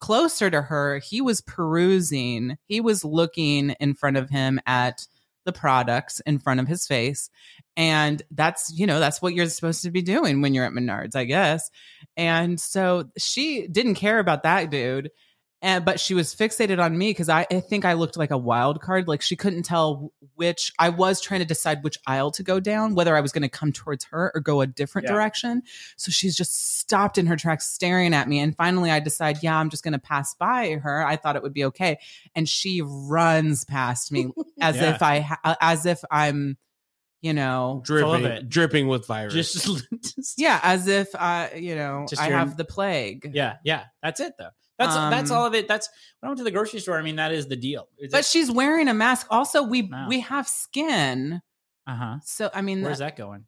Speaker 4: closer to her. He was perusing. He was looking in front of him at the products in front of his face. And that's, you know, that's what you're supposed to be doing when you're at Menards, I guess. And so she didn't care about that dude. And, but she was fixated on me because I, I think I looked like a wild card. Like she couldn't tell which I was trying to decide which aisle to go down, whether I was going to come towards her or go a different
Speaker 3: Yeah.
Speaker 4: direction. So she's just stopped in her tracks, staring at me. And finally, I decide, yeah, I'm just going to pass by her. I thought it would be okay, and she runs past
Speaker 3: *laughs*
Speaker 4: me as
Speaker 3: Yeah.
Speaker 4: if I, ha- uh, as if I'm, you know,
Speaker 3: Full of
Speaker 2: dripping,
Speaker 3: it.
Speaker 2: dripping with virus.
Speaker 3: just, just- *laughs*
Speaker 4: yeah, as if I, you know,
Speaker 3: Just
Speaker 4: I
Speaker 3: your-
Speaker 4: have the plague.
Speaker 3: yeah, yeah. That's it though. That's that's
Speaker 4: Um,
Speaker 3: all of it. That's when I went to the grocery store. I mean, that is the deal. Is
Speaker 4: But she's wearing a mask. Also, we
Speaker 3: Wow.
Speaker 4: we have skin.
Speaker 3: uh huh.
Speaker 4: So I mean,
Speaker 3: Where's that going?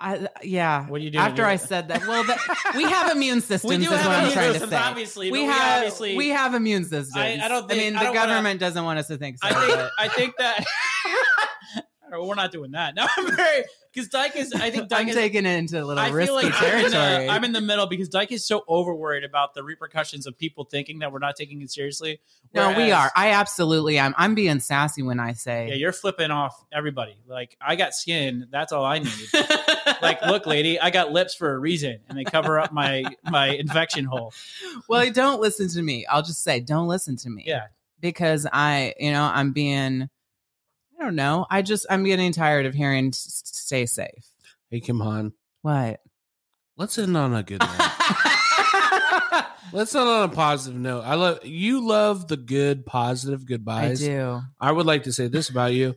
Speaker 4: I yeah.
Speaker 3: What are you doing?
Speaker 4: After
Speaker 3: You're-
Speaker 4: I said that,
Speaker 3: *laughs*
Speaker 4: well, that, we have immune systems.
Speaker 3: we do
Speaker 4: is
Speaker 3: have
Speaker 4: what I'm
Speaker 3: immune
Speaker 4: trying to
Speaker 3: systems,
Speaker 4: say.
Speaker 3: obviously. but
Speaker 4: we
Speaker 3: We
Speaker 4: have
Speaker 3: obviously
Speaker 4: we have immune systems.
Speaker 3: I don't think-
Speaker 4: I mean,
Speaker 3: I
Speaker 4: the
Speaker 3: don't wanna-
Speaker 4: government doesn't want us to think so.
Speaker 3: I think
Speaker 4: *laughs* but-
Speaker 3: I think that *laughs* Alright, we're not doing that. No, I'm very because Dyke is. I think Dyke
Speaker 4: *laughs* I'm
Speaker 3: is.
Speaker 4: taking it into a little
Speaker 3: I
Speaker 4: risky
Speaker 3: feel like I'm in,
Speaker 4: territory.
Speaker 3: the, I'm in the middle because Dyke is so over worried about the repercussions of people thinking that we're not taking it seriously.
Speaker 4: no, we
Speaker 3: Whereas-
Speaker 4: are. I absolutely am. I'm being sassy when I say
Speaker 3: Yeah, you're flipping off everybody. Like I got skin. That's all I need.
Speaker 4: *laughs*
Speaker 3: like, look, lady, I got lips for a reason, and they cover up my my infection hole.
Speaker 4: well, don't listen to me. I'll just say, don't listen to me.
Speaker 3: Yeah.
Speaker 4: Because I, you know, I'm being, I don't know. I just, I'm getting tired of hearing s- s- stay safe.
Speaker 2: hey Kim Han,
Speaker 4: What?
Speaker 2: let's end on
Speaker 3: *laughs*
Speaker 2: a good
Speaker 4: *laughs*
Speaker 2: note. let's end on a positive note. I love you. Love the good, positive
Speaker 4: I
Speaker 2: goodbyes.
Speaker 4: do.
Speaker 2: I would like to say this about you.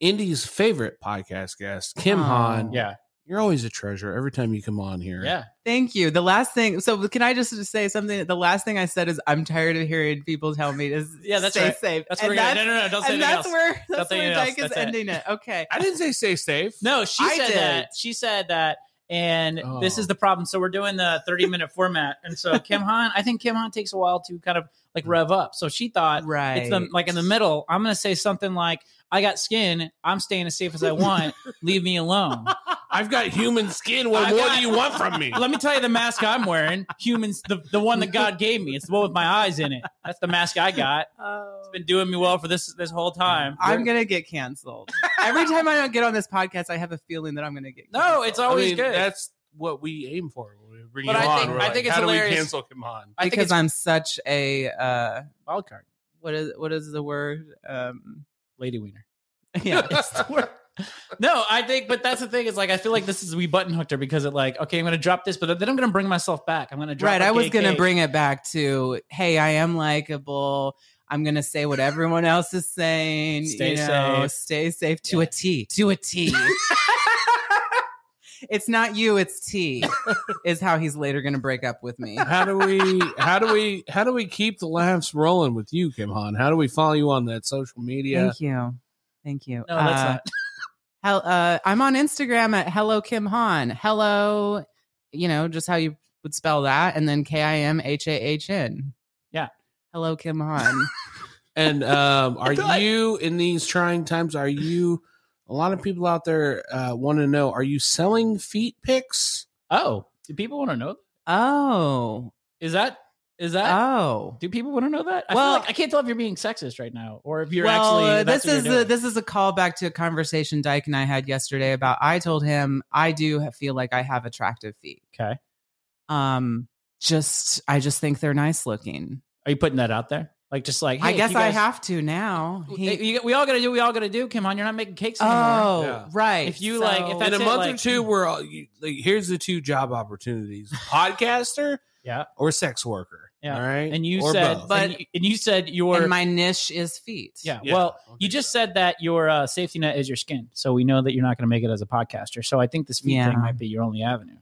Speaker 2: Indy's favorite podcast guest, Kim
Speaker 4: Aw.
Speaker 2: Hahn.
Speaker 3: Yeah,
Speaker 2: You're always a treasure every time you come on here.
Speaker 3: yeah.
Speaker 4: Thank you. The last thing, so can I just say something? The last thing I said is, I'm tired of hearing people tell me to s-
Speaker 3: Yeah, that's
Speaker 4: stay
Speaker 3: right.
Speaker 4: safe.
Speaker 3: That's
Speaker 4: and
Speaker 3: where.
Speaker 4: that's,
Speaker 3: That's, no, no, no. Don't say
Speaker 4: and
Speaker 3: anything
Speaker 4: that's
Speaker 3: else.
Speaker 4: where, that's
Speaker 3: Nothing
Speaker 4: where
Speaker 3: else.
Speaker 4: Dyke is
Speaker 3: That's it.
Speaker 4: ending it. Okay.
Speaker 2: I didn't say stay safe.
Speaker 3: No, she
Speaker 4: I
Speaker 3: said
Speaker 4: did.
Speaker 3: that. She said that. And this
Speaker 2: Oh.
Speaker 3: is the problem. So we're doing the 30 minute format. And so Kim Han, I think Kim Han takes a while to kind of like rev up. So she thought *laughs*
Speaker 4: Right.
Speaker 3: it's the, like in the middle, I'm going to say something like, I got skin. I'm staying as safe as I want. Leave me alone.
Speaker 2: I've got human skin. What
Speaker 3: I
Speaker 2: more
Speaker 3: got-
Speaker 2: do you want from *laughs* me?
Speaker 3: Let me tell you the mask I'm wearing. Humans, the, the one that God gave me. It's the one with my eyes in it. That's the mask I got.
Speaker 4: Oh.
Speaker 3: It's been doing me well for this this whole time.
Speaker 4: I'm gonna get canceled. Every time I don't get on this podcast, I have a feeling that I'm gonna get. Canceled.
Speaker 3: No, it's
Speaker 2: I
Speaker 3: always
Speaker 2: mean,
Speaker 3: good.
Speaker 2: That's what we aim for when we bring
Speaker 3: But
Speaker 2: you
Speaker 3: I
Speaker 2: on.
Speaker 3: think-
Speaker 2: We're
Speaker 3: I
Speaker 2: like,
Speaker 3: think it's
Speaker 2: how do
Speaker 3: hilarious-
Speaker 2: we cancel Kim Hahn?
Speaker 3: I think
Speaker 4: because
Speaker 3: it's
Speaker 4: I'm such a uh,
Speaker 2: *laughs*
Speaker 3: wild card.
Speaker 4: what is what is the word? Um, *laughs*
Speaker 3: Lady Wiener.
Speaker 4: yeah, it's the word.
Speaker 3: No, I think, but that's the thing. Is like I feel like this is we button hooked her because it like okay, I'm gonna drop this, but then I'm gonna bring myself back. I'm gonna drop
Speaker 4: right.
Speaker 3: a
Speaker 4: I was
Speaker 3: gay
Speaker 4: going to
Speaker 3: cake.
Speaker 4: bring it back to, hey, I am likable. I'm going to say what everyone else is saying.
Speaker 3: Stay
Speaker 4: you know,
Speaker 3: safe.
Speaker 4: Stay safe to
Speaker 3: Yeah.
Speaker 4: a T. To a T.
Speaker 3: *laughs*
Speaker 4: it's not you, it's T, is how he's later going to break up with
Speaker 3: *laughs*
Speaker 4: me.
Speaker 2: How do we how do we how do we keep the laughs rolling with you, Kim Han? How do we follow you on that social media?
Speaker 4: Thank you. Thank you.
Speaker 3: No, that's
Speaker 4: Uh,
Speaker 3: not.
Speaker 4: Hel- uh, I'm on Instagram at Hello Kim Han. Hello, you know, just how you would spell that, and then K I M H A H N.
Speaker 3: Yeah.
Speaker 4: Hello Kim Han. *laughs*
Speaker 2: And *laughs* um, are
Speaker 3: I feel like-
Speaker 2: you in these trying times? Are you a lot of people out there uh, want to know? Are you selling feet pics?
Speaker 3: Oh, do people want to know?
Speaker 4: oh,
Speaker 3: Is that is that?
Speaker 4: oh.
Speaker 3: do people want to know that? I
Speaker 4: Well-
Speaker 3: feel like I can't tell if you're being sexist right now or if *laughs* you're
Speaker 4: well,
Speaker 3: actually.
Speaker 4: uh,
Speaker 3: that's
Speaker 4: this
Speaker 3: what
Speaker 4: is
Speaker 3: you're
Speaker 4: a,
Speaker 3: doing.
Speaker 4: this is a callback to a conversation Dyke and I had yesterday about. I told him I do ha- feel like I have attractive feet.
Speaker 3: Okay.
Speaker 4: Um, just I just think they're nice looking.
Speaker 3: Are you putting that out there? Like just like
Speaker 4: I
Speaker 3: hey,
Speaker 4: guess
Speaker 3: you guys-
Speaker 4: I have to now.
Speaker 3: Hey, you- we all gotta do. what We all gotta do. Come on, you're not making cakes anymore.
Speaker 4: oh,
Speaker 2: Yeah.
Speaker 4: right.
Speaker 3: If you like- if
Speaker 4: So-
Speaker 2: In
Speaker 3: That's
Speaker 2: a
Speaker 3: it,
Speaker 2: month or
Speaker 3: like-
Speaker 2: two, we're all you, like, here's the two job opportunities: podcaster,
Speaker 3: Yeah.
Speaker 2: or sex worker.
Speaker 3: Yeah.
Speaker 2: All right,
Speaker 3: And you
Speaker 2: Or
Speaker 3: said,
Speaker 2: both.
Speaker 4: But-
Speaker 3: and you, and you said your
Speaker 4: and my niche is feet.
Speaker 3: yeah,
Speaker 2: Yeah.
Speaker 3: Well,
Speaker 2: Okay.
Speaker 3: you just said that your uh, safety net is your skin, so we know that you're not going to make it as a podcaster. So I think this feed
Speaker 4: Yeah.
Speaker 3: thing might be your only avenue.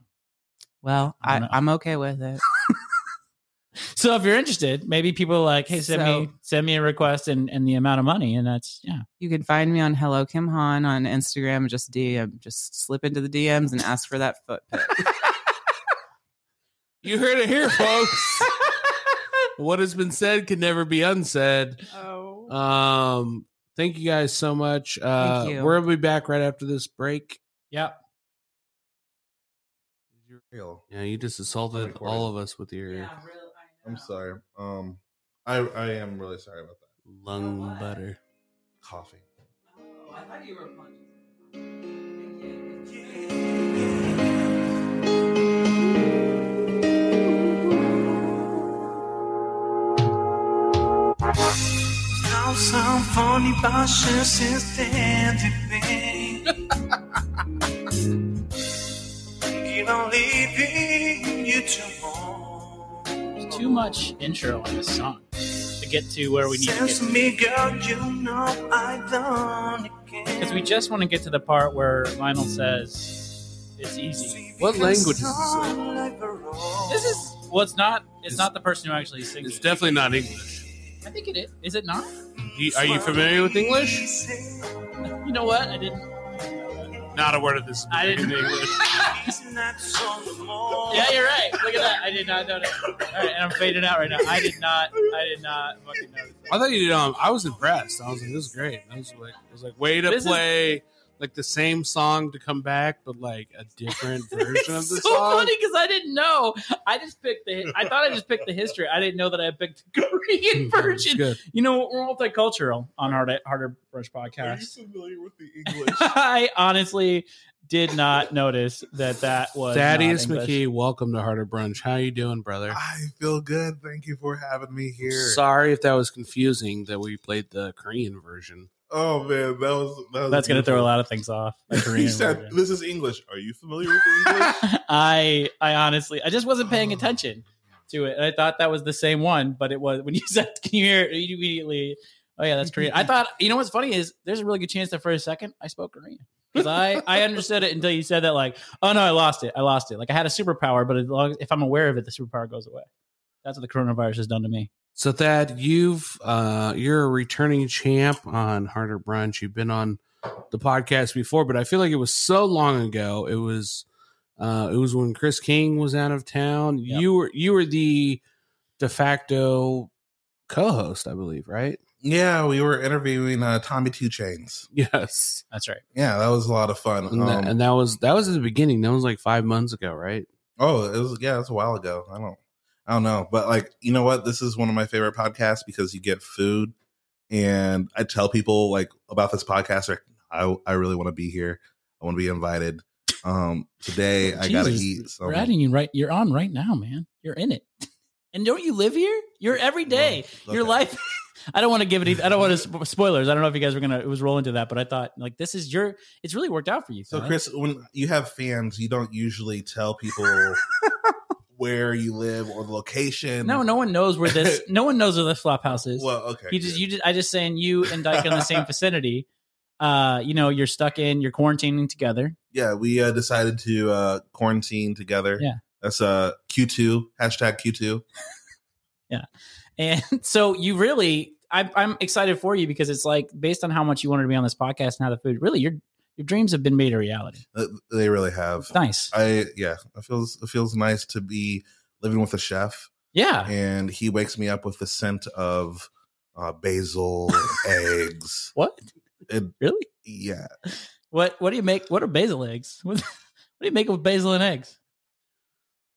Speaker 4: Well,
Speaker 3: I
Speaker 4: I,
Speaker 3: don't know.
Speaker 4: I'm okay with it.
Speaker 3: So if you're interested, maybe people are like, hey, send
Speaker 4: So-
Speaker 3: me send me a request and and the amount of money, and that's yeah.
Speaker 4: You can find me on Hello Kim Han on Instagram. Just DM, just slip into the DMs and ask for that foot pic.
Speaker 2: you heard it here,
Speaker 3: *laughs*
Speaker 2: folks. what has been said can never be unsaid.
Speaker 4: Oh,
Speaker 2: Um, thank you guys so much. Uh,
Speaker 4: Thank you.
Speaker 2: We'll be back right after this break.
Speaker 3: Yeah.
Speaker 5: You're real.
Speaker 2: Yeah, you just assaulted
Speaker 5: Recorded.
Speaker 2: all of us with your
Speaker 5: I'm sorry. Um, I I am really sorry about that.
Speaker 2: lung butter.
Speaker 5: Coffee.
Speaker 4: I thought you were
Speaker 1: Now some funny passions instead of me. Thinking of leaving you tomorrow.
Speaker 3: There's too much intro on this song to get to where we need to get
Speaker 1: Sense
Speaker 3: to.
Speaker 1: me, girl, you know I done again.
Speaker 3: because we just want to get to the part where Lionel says it's easy.
Speaker 2: What language is this
Speaker 3: This is well, it's not. It's, not the person who actually sings.
Speaker 2: It's definitely not English.
Speaker 3: I think it is. Is it not?
Speaker 2: You- are you familiar with English?
Speaker 3: You know what? I didn't.
Speaker 2: Not a word of this. *laughs*
Speaker 3: I didn't-
Speaker 2: English.
Speaker 3: Yeah, you're right. Look at that. I did not know that. All right, and I'm fading out right now. I did not. I did not fucking know.
Speaker 2: I thought you did. Um, I was impressed. I was like, this is great. I was like, I was like, way to
Speaker 3: This is-
Speaker 2: play like the same song to come back, but like a different version of the
Speaker 3: *laughs* It's so
Speaker 2: song. *laughs*
Speaker 3: funny because I didn't know. I just picked the. I thought I just picked the history. I didn't know that I picked the Korean
Speaker 2: *laughs* It's
Speaker 3: version.
Speaker 2: good.
Speaker 3: You know, we're multicultural on our Harder Brush podcast.
Speaker 5: familiar with *laughs* the English?
Speaker 3: *laughs* I honestly did not notice that that was
Speaker 2: Thaddeus
Speaker 3: not English.
Speaker 2: McKee, welcome to Harder Brunch. How you doing, brother?
Speaker 5: I feel good. Thank you for having me here.
Speaker 2: Sorry if that was confusing that we played the Korean version.
Speaker 5: Oh man, that was that was
Speaker 3: That's going to throw a
Speaker 5: beautiful.
Speaker 3: lot of
Speaker 2: *laughs*
Speaker 3: things off. the
Speaker 5: *laughs* he
Speaker 3: Korean
Speaker 5: said,
Speaker 3: version.
Speaker 5: "This is English. Are you familiar with the English?"
Speaker 3: I I honestly I just wasn't
Speaker 5: Oh.
Speaker 3: paying attention to it. And I thought that was the same one, but it was *laughs* when you said can you hear it you immediately Oh yeah, that's
Speaker 5: *laughs*
Speaker 3: Korean. I thought you know what's funny is there's a really good chance that for a second I spoke Korean. Because I, I understood it until you said that like, oh no, I lost it. I lost it. Like I had a superpower, but as long as, if I'm aware of it, the superpower goes away. That's what the coronavirus has done to me.
Speaker 2: So Thad, you've uh you're a returning champ on Harder Brunch. You've been on the podcast before, but I feel like it was so long ago. It was uh it was when Chris King was out of town.
Speaker 3: Yep.
Speaker 2: You were you were the de facto co-host, I believe, right?
Speaker 5: *laughs* Yeah, we were interviewing uh, Tommy Two Chains.
Speaker 2: Yes.
Speaker 3: That's right.
Speaker 5: Yeah, that was a lot of fun.
Speaker 2: And, that,
Speaker 5: Um,
Speaker 2: and that was that was at the beginning. That was like five months ago, right?
Speaker 5: Oh, it was yeah, it was a while ago. I don't I don't know. But like, you know what? This is one of my favorite podcasts because you get food and I tell people like about this podcast like I I really want to be here. I want to be invited. Um today I got to
Speaker 3: Jesus,
Speaker 5: eat some
Speaker 3: We're adding you right. You're *laughs* on right now, man. You're in it. And don't you live here? You're every day.
Speaker 5: Well,
Speaker 3: Your
Speaker 5: okay.
Speaker 3: life *laughs* I don't want to give it. I don't want to sp- spoilers. I don't know if you guys were gonna. It was roll into that, but I thought like this is your. It's really worked out for you.
Speaker 5: So,
Speaker 3: Thad.
Speaker 5: Chris, when you have fans, you don't usually
Speaker 3: *laughs*
Speaker 5: tell people where you live or the location.
Speaker 3: no, no one knows where
Speaker 5: *laughs*
Speaker 3: this. no one knows where the flop house is.
Speaker 5: Well, okay.
Speaker 3: you just you just I just saying you and Dyke in the
Speaker 5: *laughs*
Speaker 3: same vicinity. Uh, you know, you're stuck in. You're quarantining together.
Speaker 5: yeah, we uh, decided to uh, quarantine together.
Speaker 3: Yeah.
Speaker 5: That's uh, Q2, hashtag Q2.
Speaker 3: And *laughs* so you really, I, I'm excited for you because it's like based on how much you wanted to be on this podcast and how the food, really your your dreams have been made a reality.
Speaker 5: Uh, They really have.
Speaker 3: It's nice.
Speaker 5: I, yeah, it feels, it feels nice to be living with a chef,
Speaker 3: Yeah.
Speaker 5: and he wakes me up with the scent of uh,
Speaker 3: *laughs*
Speaker 5: basil, and eggs.
Speaker 3: What?
Speaker 5: And
Speaker 3: Really?
Speaker 5: yeah,
Speaker 3: What What do you make? What are basil eggs? *laughs* What, what do you make with basil and eggs?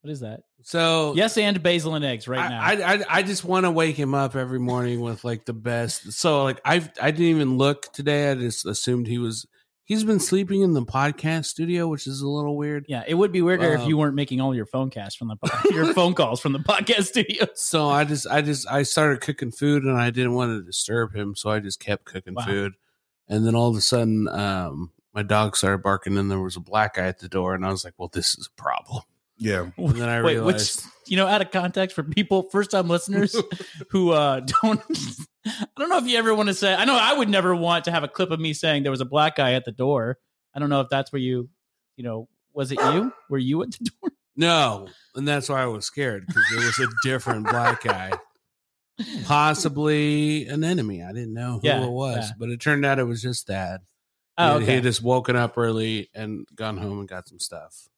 Speaker 3: What is that?
Speaker 2: So
Speaker 3: Yes, and basil and eggs right now.
Speaker 2: I, I I- I just want to wake him up every morning with like the best. So like I've I didn't even look today. I just assumed he was he's been sleeping in the podcast studio, which is a little weird.
Speaker 3: yeah, it would be weirder if
Speaker 2: Um,
Speaker 3: you weren't making all your phone casts from the
Speaker 2: *laughs*
Speaker 3: po- your phone calls from the podcast studio.
Speaker 2: So I just I just I started cooking food and I didn't want to disturb him, so I just kept cooking
Speaker 3: Wow.
Speaker 2: food. And then all of a sudden, um, my dog started barking, and there was a black guy at the door, and I was like, "Well, this is a problem."
Speaker 5: yeah.
Speaker 2: And then I
Speaker 3: *laughs* Wait, which
Speaker 2: realized
Speaker 3: you know, out of context for people, first
Speaker 2: *laughs*
Speaker 3: time listeners who uh, don't. *laughs* I don't know if you ever want to say. I know I would never want to have a clip of me saying there was a black guy at the door. I don't know if that's where you, you know, was it you? Were you at the door?
Speaker 2: no, and that's why I was scared because there was a different black
Speaker 3: *laughs*
Speaker 2: guy, possibly an enemy. I didn't know who
Speaker 3: Yeah,
Speaker 2: it was,
Speaker 3: yeah.
Speaker 2: but it turned out it was just Dad. He-
Speaker 3: Oh, okay.
Speaker 2: He had just woken up early and gone home and got some stuff.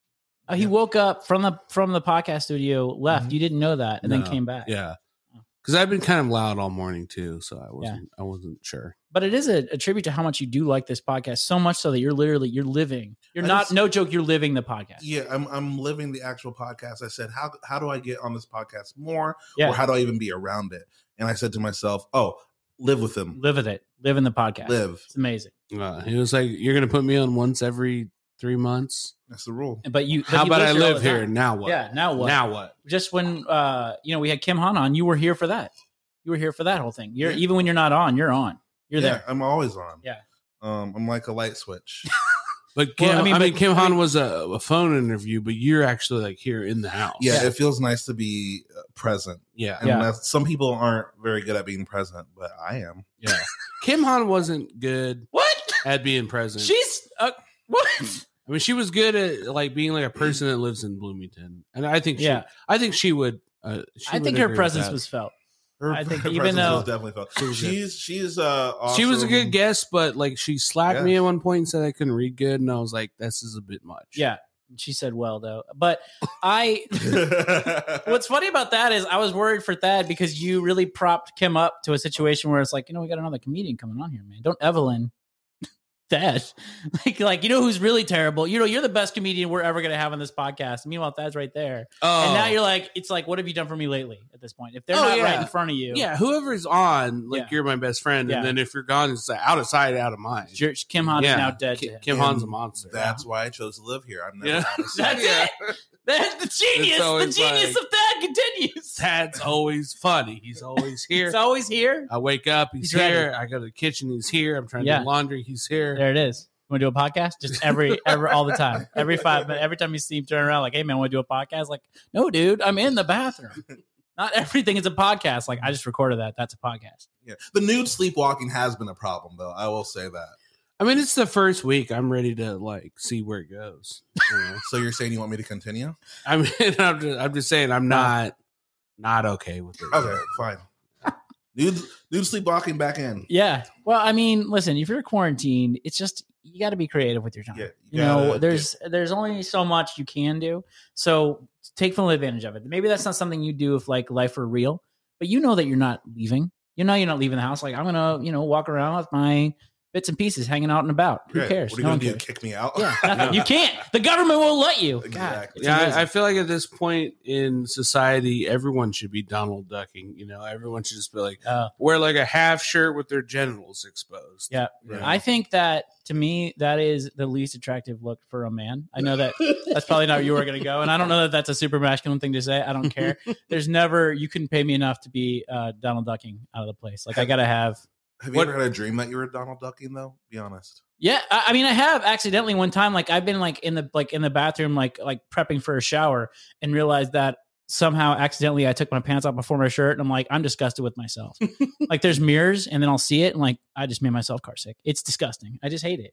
Speaker 3: Oh, he woke up from the from the podcast studio, left. You didn't know that, and
Speaker 2: Mm-hmm. No.
Speaker 3: then came back.
Speaker 2: Yeah,
Speaker 3: Oh.
Speaker 2: because I've been kind of loud all morning too, so I wasn't I wasn't sure.
Speaker 3: But it is a, a tribute to how much you do like this podcast, so much so that you're literally you're living. You're
Speaker 5: I
Speaker 3: not
Speaker 5: just-
Speaker 3: no joke. You're living the podcast.
Speaker 5: Yeah, I'm I'm living the actual podcast. I said, how how do I get on this podcast more,
Speaker 3: Yeah.
Speaker 5: or how do I even be around it? And I said to myself, oh, live with them,
Speaker 3: Live with it. Live in the podcast.
Speaker 5: live.
Speaker 3: It's amazing.
Speaker 2: Uh, he was like, "You're gonna put me on once every three months.
Speaker 5: That's the rule.
Speaker 3: But you. but
Speaker 2: How
Speaker 3: you
Speaker 2: about I
Speaker 3: lived it all
Speaker 2: live
Speaker 3: the
Speaker 2: here
Speaker 3: time.
Speaker 2: now? What?
Speaker 3: Yeah. Now what?
Speaker 2: Now what?
Speaker 3: just when uh you know we had Kim Han on, you were here for that. You were here for that whole thing. You're
Speaker 5: Yeah.
Speaker 3: even when you're not on, you're on. You're
Speaker 5: yeah,
Speaker 3: there.
Speaker 5: I'm always on.
Speaker 3: Yeah.
Speaker 5: um, I'm like a light
Speaker 3: *laughs*
Speaker 5: switch.
Speaker 2: But Kim,
Speaker 3: Well,
Speaker 2: I
Speaker 3: I
Speaker 2: mean,
Speaker 3: mean, but-
Speaker 2: Kim
Speaker 3: I
Speaker 2: Han
Speaker 3: mean-
Speaker 2: was a, a phone interview, but you're actually like here in the house.
Speaker 5: yeah, it feels nice to be uh, present.
Speaker 2: yeah,
Speaker 5: And
Speaker 3: Yeah.
Speaker 5: that's, some people aren't very good at being present, but I am.
Speaker 2: yeah. Kim Han wasn't good
Speaker 3: What?
Speaker 2: at being present.
Speaker 3: She's uh, what?
Speaker 2: I mean, *laughs* she was good at like being like a person that lives in Bloomington, and I think, she,
Speaker 3: Yeah,
Speaker 2: I think she would. Uh, she
Speaker 3: I
Speaker 2: would
Speaker 3: think her
Speaker 2: agree with
Speaker 3: presence
Speaker 2: that.
Speaker 3: was felt.
Speaker 5: Her,
Speaker 2: *laughs*
Speaker 3: I think
Speaker 5: her
Speaker 3: even
Speaker 5: *laughs*
Speaker 3: uh,
Speaker 5: presence
Speaker 3: though-
Speaker 5: was definitely felt.
Speaker 2: She was good.
Speaker 5: She's she's uh
Speaker 2: She was a good
Speaker 5: awesome.
Speaker 2: guest, but like she slapped me
Speaker 5: Yeah.
Speaker 2: at one point and said I couldn't read good, and I was like, "This is a bit much."
Speaker 3: Yeah, she said well though. But
Speaker 2: *laughs*
Speaker 3: I,
Speaker 5: *laughs*
Speaker 3: what's funny about that is I was worried for Thad because you really propped Kim up to a situation where it's like you know we got another comedian coming on here, man. Don't Evelyn. *laughs* Thad, like, like you know who's really terrible. You know you're the best comedian we're ever gonna have on this podcast. Meanwhile, Thad's right there.
Speaker 2: Oh,
Speaker 3: And now you're like, it's like, what have you done for me lately? At this point, if they're
Speaker 2: Oh,
Speaker 3: not
Speaker 2: yeah.
Speaker 3: right in front of you,
Speaker 2: Yeah, whoever's on, like
Speaker 3: Yeah.
Speaker 2: you're my best friend,
Speaker 3: Yeah.
Speaker 2: and then if you're gone, it's like out of sight, out of mind.
Speaker 3: Jer- Kim Han
Speaker 2: Yeah.
Speaker 3: is now dead. to
Speaker 2: Kim,
Speaker 3: him. *laughs*
Speaker 2: Kim
Speaker 5: And
Speaker 2: Han's a monster.
Speaker 5: That's why I chose to live here. I'm never
Speaker 2: Yeah.
Speaker 5: out of sight.
Speaker 3: That's it. That's the genius. The
Speaker 2: always
Speaker 3: genius
Speaker 2: like-
Speaker 3: of that continues.
Speaker 2: Tad's always funny. He's always here.
Speaker 3: It's always here.
Speaker 2: I wake up, he's,
Speaker 3: He's ready.
Speaker 2: here. I go to the kitchen, he's here. I'm trying to
Speaker 3: Yeah.
Speaker 2: do laundry, he's here.
Speaker 3: There it is. Want to do a podcast? Just every, every, all the time. Every five, minutes. every time you see him turn around, like, hey man, want to do a podcast? Like, no, dude, I'm in the bathroom. Not everything is a podcast. Like, I just recorded that. That's a podcast.
Speaker 5: Yeah. The nude sleepwalking has been a problem, though. I will
Speaker 3: *laughs*
Speaker 5: say that.
Speaker 2: I mean, it's the first week. I'm ready to like see where it goes. you know?
Speaker 5: So you're saying you want me to continue?
Speaker 2: I mean, *laughs* I'm just, I'm just saying, I'm not not okay with it.
Speaker 5: Okay, fine. Nude, nude sleepwalking back in.
Speaker 3: Yeah. Well, I mean, listen, if you're quarantined, it's just you got to be creative with your time.
Speaker 5: Yeah,
Speaker 3: you,
Speaker 5: you
Speaker 3: know,
Speaker 5: gotta
Speaker 3: there's there's only so much you can do. So take full advantage of it. Maybe that's not something you do if like life were real, but you know that you're not leaving. You know you're not leaving the house. Like I'm gonna, you know, walk around with my bits and pieces hanging out and about. Who
Speaker 5: Great.
Speaker 3: cares?
Speaker 5: What are you
Speaker 3: No
Speaker 5: going
Speaker 3: one
Speaker 5: to do?
Speaker 3: cares.
Speaker 5: Kick me out? *laughs*
Speaker 3: Yeah, nothing. you can't. The government won't let you. God,
Speaker 5: Exactly.
Speaker 3: it's
Speaker 2: yeah, I, I
Speaker 3: amazing.
Speaker 2: feel like at this point in society, everyone should be Donald ducking. You know, everyone should just be like
Speaker 3: Uh,
Speaker 2: wear like a half shirt with their genitals exposed.
Speaker 3: Yeah.
Speaker 5: Right.
Speaker 3: I think that to me, that is the least attractive look for a man. I know that that's probably not where you were going to go. And I don't know that that's a super masculine thing to say. I don't care. There's never, you couldn't pay me enough to be uh, Donald Ducking out of the place. Like, I got to have.
Speaker 5: Have you
Speaker 2: What-
Speaker 5: ever had a dream that you were Donald Ducking though? Be honest.
Speaker 3: Yeah, I, I mean, I have accidentally one time, like I've been like in the like in the bathroom, like like prepping for a shower, and realized that somehow accidentally I took my pants off before my shirt, and I'm like, I'm disgusted with myself. like there's mirrors, and then I'll see it, and like I just made myself car sick. It's disgusting. I just hate it.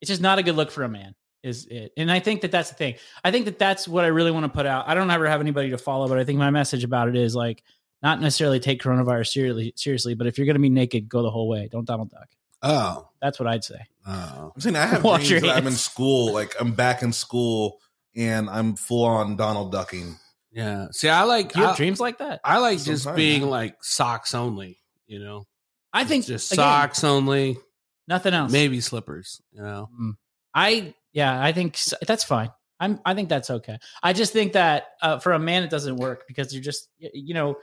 Speaker 3: It's just not a good look for a man, is it? And I think that that's the thing. I think that that's what I really want to put out. I don't ever have anybody to follow, but I think my message about it is like not necessarily take coronavirus seriously, seriously, but if you're gonna be naked, go the whole way. Don't Donald Duck.
Speaker 2: Oh.
Speaker 3: That's what I'd say.
Speaker 2: Oh.
Speaker 5: I'm saying *laughs* I have
Speaker 3: Wash your
Speaker 5: dreams that I'm in
Speaker 3: hands.
Speaker 5: school, like I'm back in school and I'm full on Donald Ducking.
Speaker 2: Yeah. See, I like
Speaker 3: Do you have
Speaker 2: I,
Speaker 3: dreams like that?
Speaker 2: I like just
Speaker 5: Sometimes.
Speaker 2: being like socks only. You know,
Speaker 3: I think
Speaker 2: just
Speaker 3: again,
Speaker 2: socks only,
Speaker 3: nothing else.
Speaker 2: maybe slippers. You know,
Speaker 3: Mm. I yeah, I think s- that's fine. I'm I think that's okay. I just think that uh, for a man it doesn't work because you're just y- you know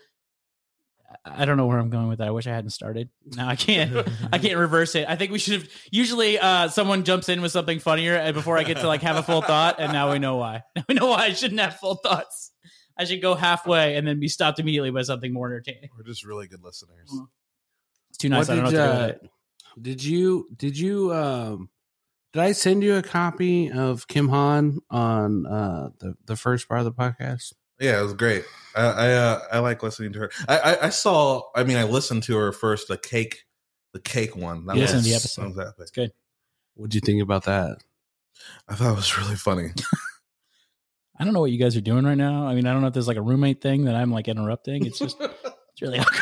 Speaker 3: I I don't know where I'm going with that. I wish I hadn't started. No, I can't. I can't reverse it. I think we should have. Usually, uh, someone jumps in with something funnier and before I get to like have a full thought, and now we know why. *laughs* Now we know why I shouldn't have full thoughts. I should go halfway and then be stopped immediately by something more entertaining.
Speaker 5: We're just really good listeners.
Speaker 3: Hmm. It's too nice.
Speaker 2: What
Speaker 3: I don't know.
Speaker 2: did,
Speaker 3: what to do with it.
Speaker 2: uh, did you did you um did I send you a copy of Kim Han on uh the the first part of the podcast?
Speaker 5: Yeah, it was great. I I, uh, I like listening to her. I, I I saw. I mean, I listened to her first. The cake, the cake one. That
Speaker 2: Yes.
Speaker 5: was
Speaker 2: The
Speaker 3: episode.
Speaker 5: that was epic.
Speaker 2: What do you think about that?
Speaker 5: I thought it was really funny.
Speaker 3: I don't know what you guys are doing right now. I mean, I don't know if there's like a roommate thing that I'm like interrupting. It's just it's really awkward.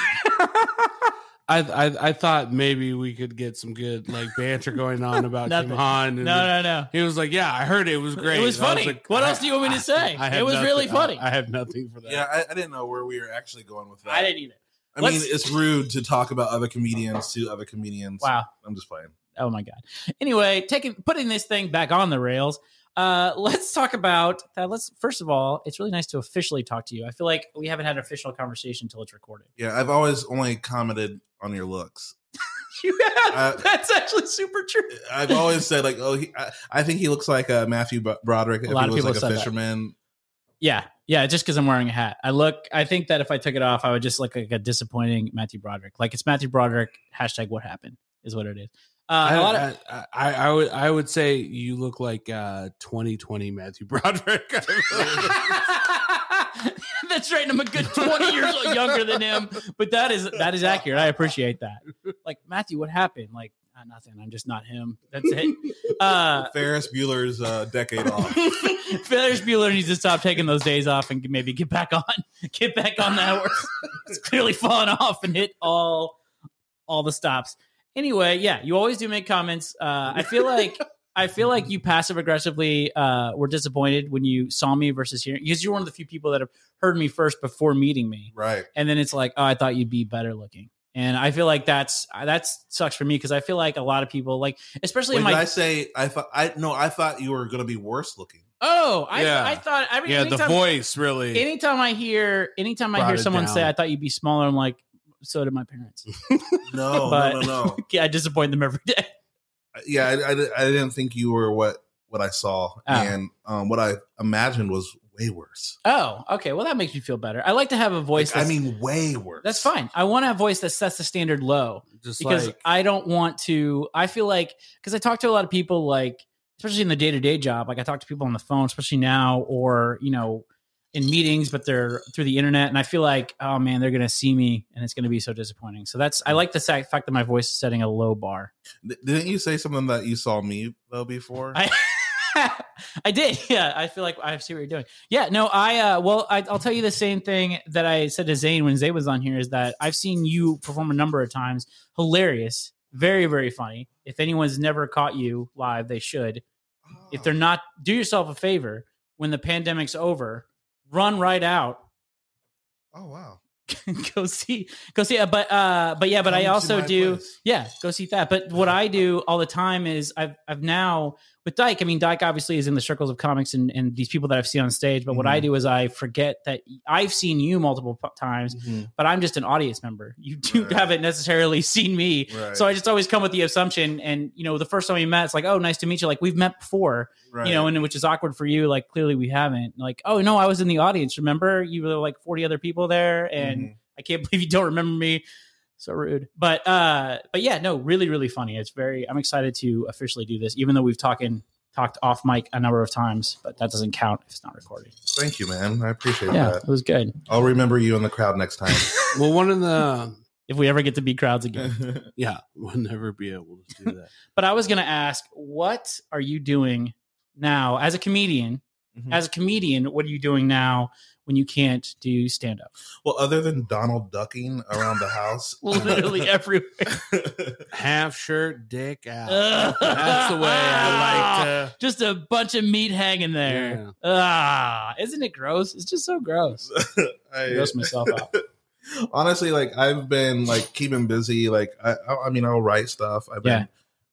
Speaker 2: I, I I thought maybe we could get some good like banter going *laughs* on about Kim
Speaker 3: Nothing.
Speaker 2: Han.
Speaker 3: No,
Speaker 2: and-
Speaker 3: no, no.
Speaker 2: He was like, "Yeah, I heard it, It was great.
Speaker 3: It was
Speaker 2: And I
Speaker 3: funny.
Speaker 2: like,
Speaker 3: What
Speaker 2: I-
Speaker 3: else do you want me
Speaker 2: *laughs*
Speaker 3: to
Speaker 2: I-
Speaker 3: say?
Speaker 2: I have
Speaker 3: It was
Speaker 2: nothing-
Speaker 3: really
Speaker 2: I-
Speaker 3: funny.
Speaker 2: I, have nothing for that.
Speaker 5: *laughs* yeah, I, I didn't know where we were actually going with that.
Speaker 3: I didn't either.
Speaker 5: I mean,
Speaker 3: let's-
Speaker 5: it's rude to talk about other comedians to other comedians.
Speaker 3: Wow.
Speaker 5: I'm just playing.
Speaker 3: Oh my god. Anyway, taking putting this thing back on the rails. Uh, let's talk about that. Let's first of all, it's really nice to officially talk to you. I feel like we haven't had an official conversation until it's recorded. *laughs*
Speaker 5: Yeah, I've always only commented on your looks.
Speaker 3: You have.
Speaker 5: Uh,
Speaker 3: That's actually super true.
Speaker 5: I've always said like, oh, he, I, I think he looks like uh, Matthew Bro- Broderick. if
Speaker 3: lot
Speaker 5: he
Speaker 3: of
Speaker 5: was
Speaker 3: people
Speaker 5: like
Speaker 3: said
Speaker 5: a
Speaker 3: that.
Speaker 5: fisherman.
Speaker 3: Yeah, yeah. Just because I'm wearing a hat, I look. I think that if I took it off, I would just look like a disappointing Matthew Broderick. Like it's Matthew Broderick. Hashtag What happened is what it is. Uh,
Speaker 2: I,
Speaker 3: a lot of
Speaker 2: I, I, I would I would say you look like uh 2020 Matthew Broderick.
Speaker 3: *laughs* That's right. and I'm a good 20 years old- younger than him, but that is that is accurate. I appreciate that. Like Matthew, what happened? Like "Ah, nothing. I'm just not him. That's it. Uh,
Speaker 5: Ferris Bueller's uh, decade
Speaker 3: *laughs*
Speaker 5: off.
Speaker 3: Ferris Bueller needs to stop taking those days off and maybe get back on, *laughs* get back on that horse. *laughs* It's clearly fallen off and hit all, all the stops. Anyway, yeah, you always do make comments. Uh,
Speaker 2: *laughs*
Speaker 3: I feel like I feel like you passive aggressively uh, were disappointed when you saw me versus hearing because you're one of the few people that have heard me first before meeting me,
Speaker 5: Right.
Speaker 3: and then it's like, oh, I thought you'd be better looking. And I feel like that's that's sucks for me because I feel like a lot of people like, especially
Speaker 5: Wait,
Speaker 3: in my
Speaker 5: did I say I thought I no, I thought you were gonna be
Speaker 3: *laughs*
Speaker 5: worse looking.
Speaker 3: oh, I,
Speaker 2: Yeah.
Speaker 3: I thought every
Speaker 2: yeah, the
Speaker 3: anytime-
Speaker 2: voice really.
Speaker 3: anytime I hear anytime I
Speaker 2: Brought
Speaker 3: hear
Speaker 2: it
Speaker 3: someone
Speaker 2: down.
Speaker 3: say I thought you'd be smaller, I'm like, so did my parents. *laughs*
Speaker 5: No,
Speaker 3: But-
Speaker 5: no, no, no.
Speaker 3: I disappoint them every day.
Speaker 5: Yeah, I, I, di- I didn't think you were what what I saw,
Speaker 3: Ah.
Speaker 5: and um, what I imagined was way worse.
Speaker 3: Oh, okay. Well, that makes me feel better. I like to have a voice.
Speaker 5: Like, I
Speaker 3: that's-
Speaker 5: mean, way worse.
Speaker 3: that's fine. I want to have a voice that sets the standard low
Speaker 2: Just
Speaker 3: because
Speaker 2: like
Speaker 3: I don't want to. I feel like because I talk to a lot of people, like especially in the day to day job, like I talk to people on the phone, especially now, or you know, in meetings, but they're through the internet, and I feel like, oh man, they're gonna see me, and it's gonna be so disappointing. So that's I like the sa- fact that my voice is setting a low bar.
Speaker 5: D- didn't you say something that you saw me though before?
Speaker 3: I- *laughs* I did. *laughs* Yeah, I feel like I see what you're doing. Yeah, no, I uh well, I, I'll tell you the same thing that I said to Zane when Zane was on here is that I've seen you perform a number of times. Hilarious, very very funny. If anyone's never caught you live, they should. If they're not, do yourself a favor when the pandemic's over, run right out
Speaker 5: oh wow,
Speaker 3: *laughs* go see go see. uh, But uh, but yeah, but
Speaker 5: Come
Speaker 3: I
Speaker 5: to
Speaker 3: also
Speaker 5: my
Speaker 3: do.
Speaker 5: place.
Speaker 3: Yeah, go see that. But what I do all the time is I've I've now with Dyke. I mean, Dyke obviously is in the circles of comics and, and these people that I've seen on stage. But what I
Speaker 5: Mhm.
Speaker 3: do is I forget that I've seen you multiple p- times,
Speaker 5: Mhm.
Speaker 3: but I'm just an audience member. You *laughs* do
Speaker 5: Right.
Speaker 3: haven't necessarily seen me,
Speaker 5: Right.
Speaker 3: so I just always come with the assumption. And you know, the first time we met, it's like, oh, nice to meet you. Like we've met before,
Speaker 5: Right.
Speaker 3: you know, and which is awkward for you. Like clearly we haven't. Like, oh no, I was in the audience. Remember, you were like 40 other people there, and
Speaker 5: Mhm.
Speaker 3: I can't *laughs* believe you don't remember me. So rude. But uh but yeah, no, really, really funny. It's very I'm excited to officially do this, even though we've talking talked off mic a number of times, but that doesn't count if it's not recorded.
Speaker 5: thank you, man. I appreciate
Speaker 3: Yeah,
Speaker 5: that.
Speaker 3: it was good.
Speaker 5: I'll remember you in the crowd next time.
Speaker 2: Well, one of the
Speaker 3: If we ever get to be crowds *laughs* again.
Speaker 2: yeah, *laughs* we'll never be able to do that.
Speaker 3: but I was gonna ask, what are you doing now as a comedian?
Speaker 5: Mhm.
Speaker 3: As a comedian, what are you doing now when you can't do stand up?
Speaker 5: well, other than Donald ducking around the house,
Speaker 3: *laughs* Literally everywhere.
Speaker 2: Half shirt, dick out.
Speaker 3: Uh,
Speaker 2: That's the way I like to.
Speaker 3: *laughs* just a bunch of meat hanging there. Ah, isn't it gross? It's just so gross. *laughs* I
Speaker 5: I,
Speaker 3: gross myself out.
Speaker 5: honestly, like I've been like keeping busy. Like I, I I mean, I'll write stuff. I've been
Speaker 3: Yeah.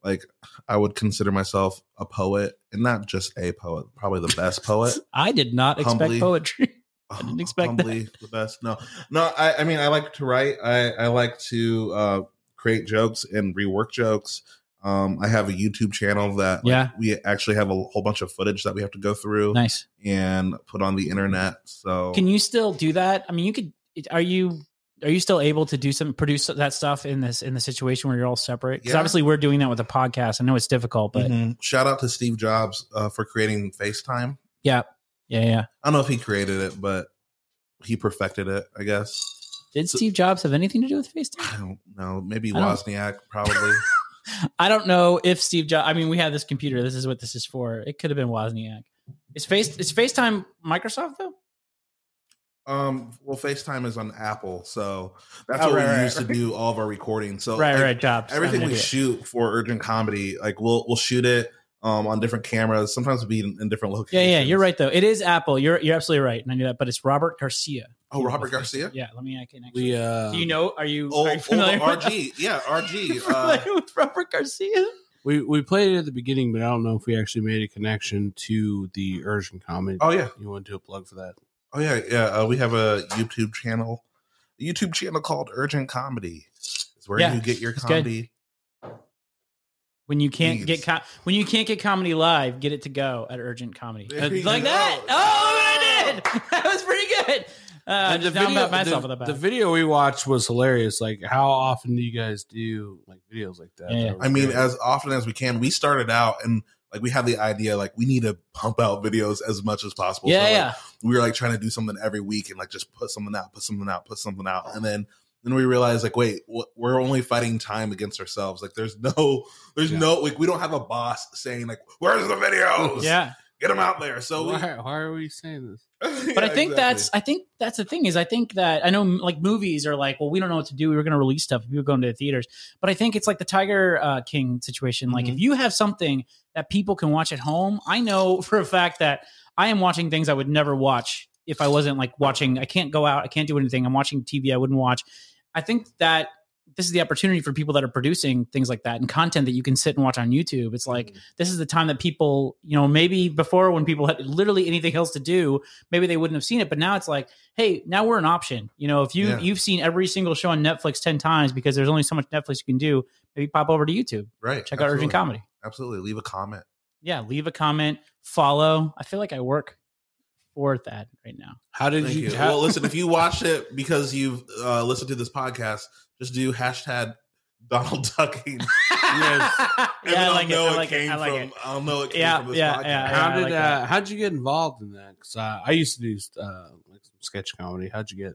Speaker 5: like I would consider myself a poet, and not just a poet, probably the best poet.
Speaker 3: I did not expect *laughs*
Speaker 5: Humbly.
Speaker 3: poetry. *laughs* I didn't expect that.
Speaker 5: humbly the best. No, no. I, I mean, I like to write. I, I like to uh, create jokes and rework jokes. Um, I have a YouTube channel that like,
Speaker 3: Yeah.
Speaker 5: we actually have a whole bunch of footage that we have to go through
Speaker 3: Nice.
Speaker 5: and put on the internet. So
Speaker 3: Can you still do that? I mean, you could. it- Are you? Are you still able to do some produce that stuff in this in the situation where you're all separate? Because
Speaker 5: Yeah.
Speaker 3: obviously we're doing that with a podcast. I know it's difficult, but
Speaker 5: Mhm. shout out to Steve Jobs uh, for creating FaceTime.
Speaker 3: yeah, yeah, yeah.
Speaker 5: I don't know if he created it, but he perfected it. I guess.
Speaker 3: Did
Speaker 5: So-
Speaker 3: Steve Jobs have anything to do with FaceTime?
Speaker 5: I don't know. Maybe
Speaker 3: I don't-
Speaker 5: Wozniak, probably.
Speaker 3: *laughs* I don't know if Steve Jobs. I mean, we have this computer. This is what this is for. It could have been Wozniak. Is Face is FaceTime Microsoft though?
Speaker 5: um, well, FaceTime is on Apple, so that's
Speaker 3: Oh,
Speaker 5: what
Speaker 3: right,
Speaker 5: we
Speaker 3: right,
Speaker 5: used to do all of our recording. So
Speaker 3: right,
Speaker 5: like,
Speaker 3: right. Jobs. I'm
Speaker 5: Oh, everything
Speaker 3: an
Speaker 5: we
Speaker 3: idiot.
Speaker 5: shoot for urgent comedy like we'll we'll shoot it um on different cameras sometimes we'll be in, in different
Speaker 3: Yeah,
Speaker 5: locations
Speaker 3: yeah. You're right though. It is Apple. You're you're absolutely right, and I knew that. But it's Robert Garcia.
Speaker 5: oh robert garcia
Speaker 3: Yeah. Let me. I can. Actually,
Speaker 2: We uh,
Speaker 3: Do you know? Are you,
Speaker 5: oh,
Speaker 3: are
Speaker 5: oh
Speaker 3: you familiar? with- *laughs*
Speaker 5: rg yeah
Speaker 3: you
Speaker 5: rg uh,
Speaker 3: familiar with Robert Garcia?
Speaker 2: we we played it at the beginning, but I don't know if we actually made a connection to the urgent comedy.
Speaker 5: oh yeah
Speaker 2: You want to do a plug for that?
Speaker 5: oh yeah yeah uh, we have a youtube channel a youtube channel called urgent comedy it's where
Speaker 3: Yeah,
Speaker 5: you get your
Speaker 3: it's good.
Speaker 5: comedy
Speaker 3: When you can't
Speaker 5: Please.
Speaker 3: get com- when you can't get comedy live, get it to go at Urgent Comedy
Speaker 5: There you
Speaker 3: like
Speaker 5: go.
Speaker 3: that. Oh, look what I did. *laughs* That was pretty good. Uh,
Speaker 2: And
Speaker 3: just down about myself
Speaker 2: the,
Speaker 3: with a
Speaker 2: the
Speaker 3: bat.
Speaker 2: video we watched was hilarious. Like, how often do you guys do like videos like that?
Speaker 3: Yeah, yeah.
Speaker 2: That was
Speaker 5: i mean
Speaker 2: great.
Speaker 5: as often as we can we started out and like we had the idea like we need to pump out videos as much as possible
Speaker 3: yeah,
Speaker 5: So, like,
Speaker 3: yeah.
Speaker 5: we were like trying to do something every week and like just put something out, put something out, put something out, and then then we realized like wait, wh- we're only fighting time against ourselves. Like there's no, there's
Speaker 2: Yeah.
Speaker 5: no like we don't have a boss saying like where's the
Speaker 2: Oh,
Speaker 5: videos?
Speaker 3: yeah.
Speaker 5: get them out there. So we,
Speaker 2: why, why are we saying this?
Speaker 5: *laughs* Yeah, *laughs*
Speaker 3: But I think
Speaker 5: exactly.
Speaker 3: that's I think that's the thing is I think that I know like movies are like well we don't know what to do we were going to release stuff people going to the theaters but I think it's like the Tiger uh, King situation like
Speaker 5: Mm-hmm.
Speaker 3: if you have something that people can watch at home I know *laughs* for a fact that I am watching things I would never watch if I wasn't like watching I can't go out I can't do anything I'm watching TV I wouldn't watch I think that this is the opportunity for people that are producing things like that and content that you can sit and watch on YouTube it's like
Speaker 5: Mm-hmm.
Speaker 3: this is the time that people, you know, maybe before when people had literally anything else to do, maybe they wouldn't have seen it. But now it's like, hey, now we're an option. You know, if you
Speaker 5: Yeah.
Speaker 3: you've seen every single show on Netflix ten times because there's only so much Netflix you can do, maybe pop over to YouTube,
Speaker 5: right.
Speaker 3: check out Urgent
Speaker 5: absolutely.
Speaker 3: Comedy.
Speaker 5: Absolutely, leave a comment.
Speaker 3: Yeah, leave a comment, follow. I feel like I work for that right now.
Speaker 2: How did
Speaker 5: Thank
Speaker 2: you?
Speaker 5: you.
Speaker 2: how-
Speaker 5: Well, listen, if you watched it because you've uh, listened to this podcast, just do hashtag Donald
Speaker 3: *laughs*
Speaker 5: Ducking. *laughs* And
Speaker 3: yeah, I
Speaker 5: I'll
Speaker 3: like it.
Speaker 5: know
Speaker 3: I like it.
Speaker 5: came
Speaker 3: I like
Speaker 5: from,
Speaker 3: it.
Speaker 5: I'll know it came
Speaker 3: Yeah,
Speaker 5: from this
Speaker 3: yeah,
Speaker 5: podcast.
Speaker 3: yeah,
Speaker 2: how
Speaker 3: I
Speaker 2: did
Speaker 3: like that.
Speaker 2: uh, how'd you get involved in that? Because uh, I used to do uh, like some sketch comedy. How'd you get?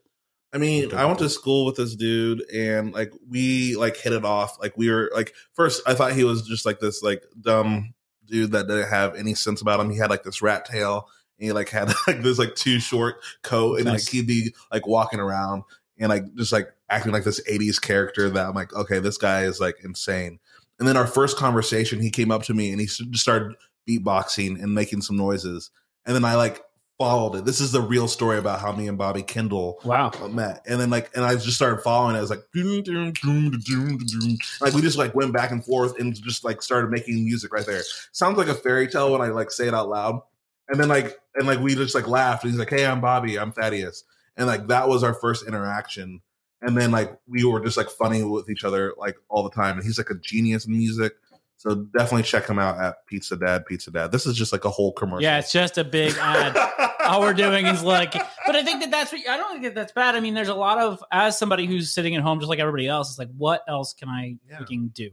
Speaker 5: I mean, I went to school with this dude and like we like hit it off. Like we were like first I thought he was just like this like dumb dude that didn't have any sense about him. He had like this rat tail and he like *laughs* had like this like too short coat and
Speaker 3: Nice.
Speaker 5: like he'd be like walking around and like just like acting like this 80s character that I'm like, okay, this guy is like insane. And then our first conversation, he came up to me and he s- just started beatboxing and making some noises. And then I like followed it. This is the real story about how me and Bobby Kendall
Speaker 3: Wow.
Speaker 5: met. And then like, and I just started following. It. I was like, doom, doom, doom, doom, doom. like we just like went back and forth and just like started making music right there. Sounds like a fairy tale when I like say it out loud. And then like, and like we just like laughed. And he's like, hey, I'm Bobby. I'm Thaddeus. And like that was our first interaction. And then like we were just like funny with each other like all the time. And he's like a genius in music. So definitely check him out at Pizza Dad, Pizza Dad. This is just like a whole commercial.
Speaker 3: Yeah, it's just a big ad. all we're doing is like but i think that that's what, i don't think that that's bad i mean there's a lot of as somebody who's sitting at home just like everybody else it's like what else can i
Speaker 5: Yeah.
Speaker 3: freaking do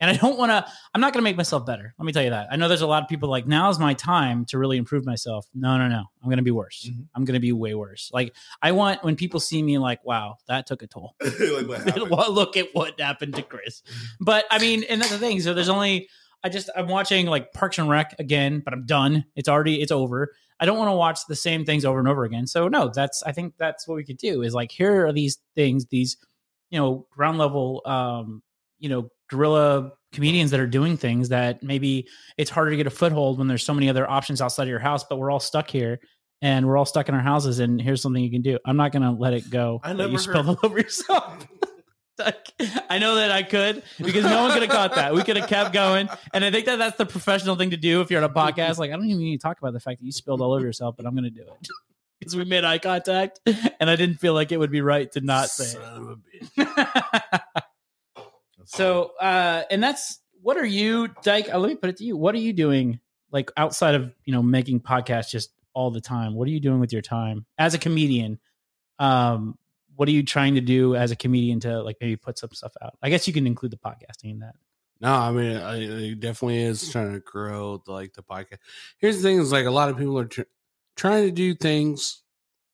Speaker 3: and i don't want to i'm not going to make myself better let me tell you that i know there's a lot of people like now's my time to really improve myself no no no i'm going to be worse
Speaker 5: Mhm.
Speaker 3: i'm going to be way worse like i want when people see me like wow that took a toll
Speaker 5: *laughs* like what happened?
Speaker 3: *laughs* well, look at what happened to Chris. But I mean, and that's the thing. So there's only I just I'm watching like Parks and Rec again, but I'm done. It's already it's over. I don't want to watch the same things over and over again. So no, that's I think that's what we could do is like here are these things, these you know ground level um you know guerrilla comedians that are doing things that maybe it's harder to get a foothold when there's so many other options outside of your house, but we're all stuck here. And we're all stuck in our houses, and here's something you can do. I'm not gonna let it go.
Speaker 5: I
Speaker 3: that
Speaker 5: never
Speaker 3: you
Speaker 5: heard-
Speaker 3: spilled all *laughs* over yourself. Like, I know that I could because no one could have caught that. We could have kept going. And I think that that's the professional thing to do if you're on a podcast. Like, I don't even need to talk about the fact that you spilled all over yourself, but I'm going to do it *laughs* because we made eye contact and I didn't feel like it would be right to not say
Speaker 2: Son of a bitch.
Speaker 3: *laughs* it. so, uh, and that's what are you, Dyke? uh, Let me put it to you. What are you doing like outside of, you know, making podcasts just all the time? What are you doing with your time as a comedian? Um, what are you trying to do as a comedian to like maybe put some stuff out? I guess you can include the podcasting in that.
Speaker 2: No, I mean, I, it definitely
Speaker 3: Mm.
Speaker 2: is trying to grow like the podcast. Here's the thing: is like a lot of people are tr- trying to do things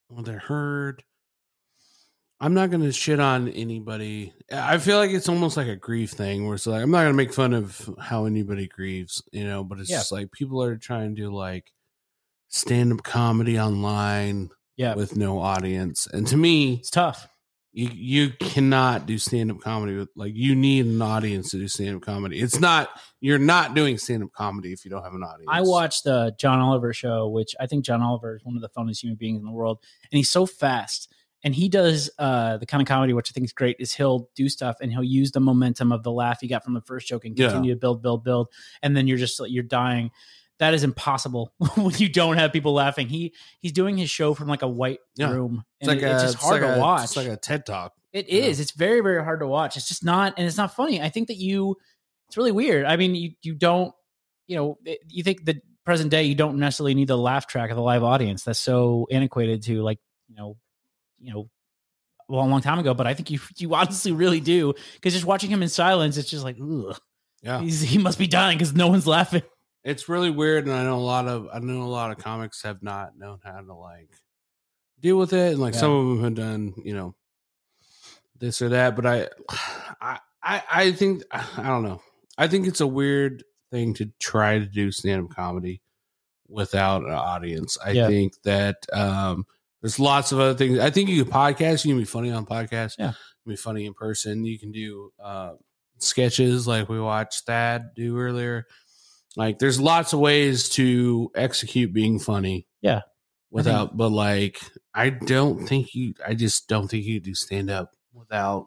Speaker 2: when they're heard. I'm not going to shit on anybody. I feel like it's almost like a grief thing, where it's like I'm not going to make fun of how anybody grieves, you know. But it's
Speaker 3: Yeah.
Speaker 2: just like people are trying to do like stand up comedy online
Speaker 3: Yeah.
Speaker 2: with no audience, and to me,
Speaker 3: It's tough.
Speaker 2: you you cannot do stand up comedy with like you need an audience to do stand up comedy. It's not you're not doing stand up comedy if you don't have an audience.
Speaker 3: I watched the John Oliver show, which I think John Oliver is one of the funniest human beings in the world, and he's so fast. And he does uh, the kind of comedy which I think is great is he'll do stuff and he'll use the momentum of the laugh he got from the first joke and
Speaker 2: Yeah.
Speaker 3: continue to build, build, build, and then you're just you're dying. That is impossible *laughs* when you don't have people laughing. He he's doing his show from like a white
Speaker 2: Yeah.
Speaker 3: room,
Speaker 2: It's
Speaker 3: and
Speaker 2: like
Speaker 3: it-
Speaker 2: a-
Speaker 3: it's just hard
Speaker 2: like
Speaker 3: to
Speaker 2: a-
Speaker 3: watch.
Speaker 2: It's like a TED talk.
Speaker 3: It
Speaker 2: you know?
Speaker 3: is. It's very, very hard to watch. It's just not, and it's not funny. I think that you, it's really weird. I mean, you you don't, you know, it- you think the present day you don't necessarily need the laugh track of the live audience. That's so antiquated to like, you know, you know, well, a long time ago. But I think you you honestly really do because just watching him in silence, it's just like, ugh,
Speaker 2: Yeah,
Speaker 3: he's, he must be dying because no one's laughing.
Speaker 2: it's really weird, and I know a lot of I know a lot of comics have not known how to like deal with it, and like
Speaker 3: Yeah.
Speaker 2: some of them have done you know this or that, but I I I, I think I don't know. I think it's a weird thing to try to do stand up comedy without an audience. I
Speaker 3: Yeah.
Speaker 2: think that um there's lots of other things. I think you can podcast, you can be funny on podcast,
Speaker 3: Yeah.
Speaker 2: you can be funny in person. You can do uh sketches like we watched Thad do earlier. Like there's lots of ways to execute being funny.
Speaker 3: Yeah.
Speaker 2: Without but like I don't think you I just don't think you do stand up without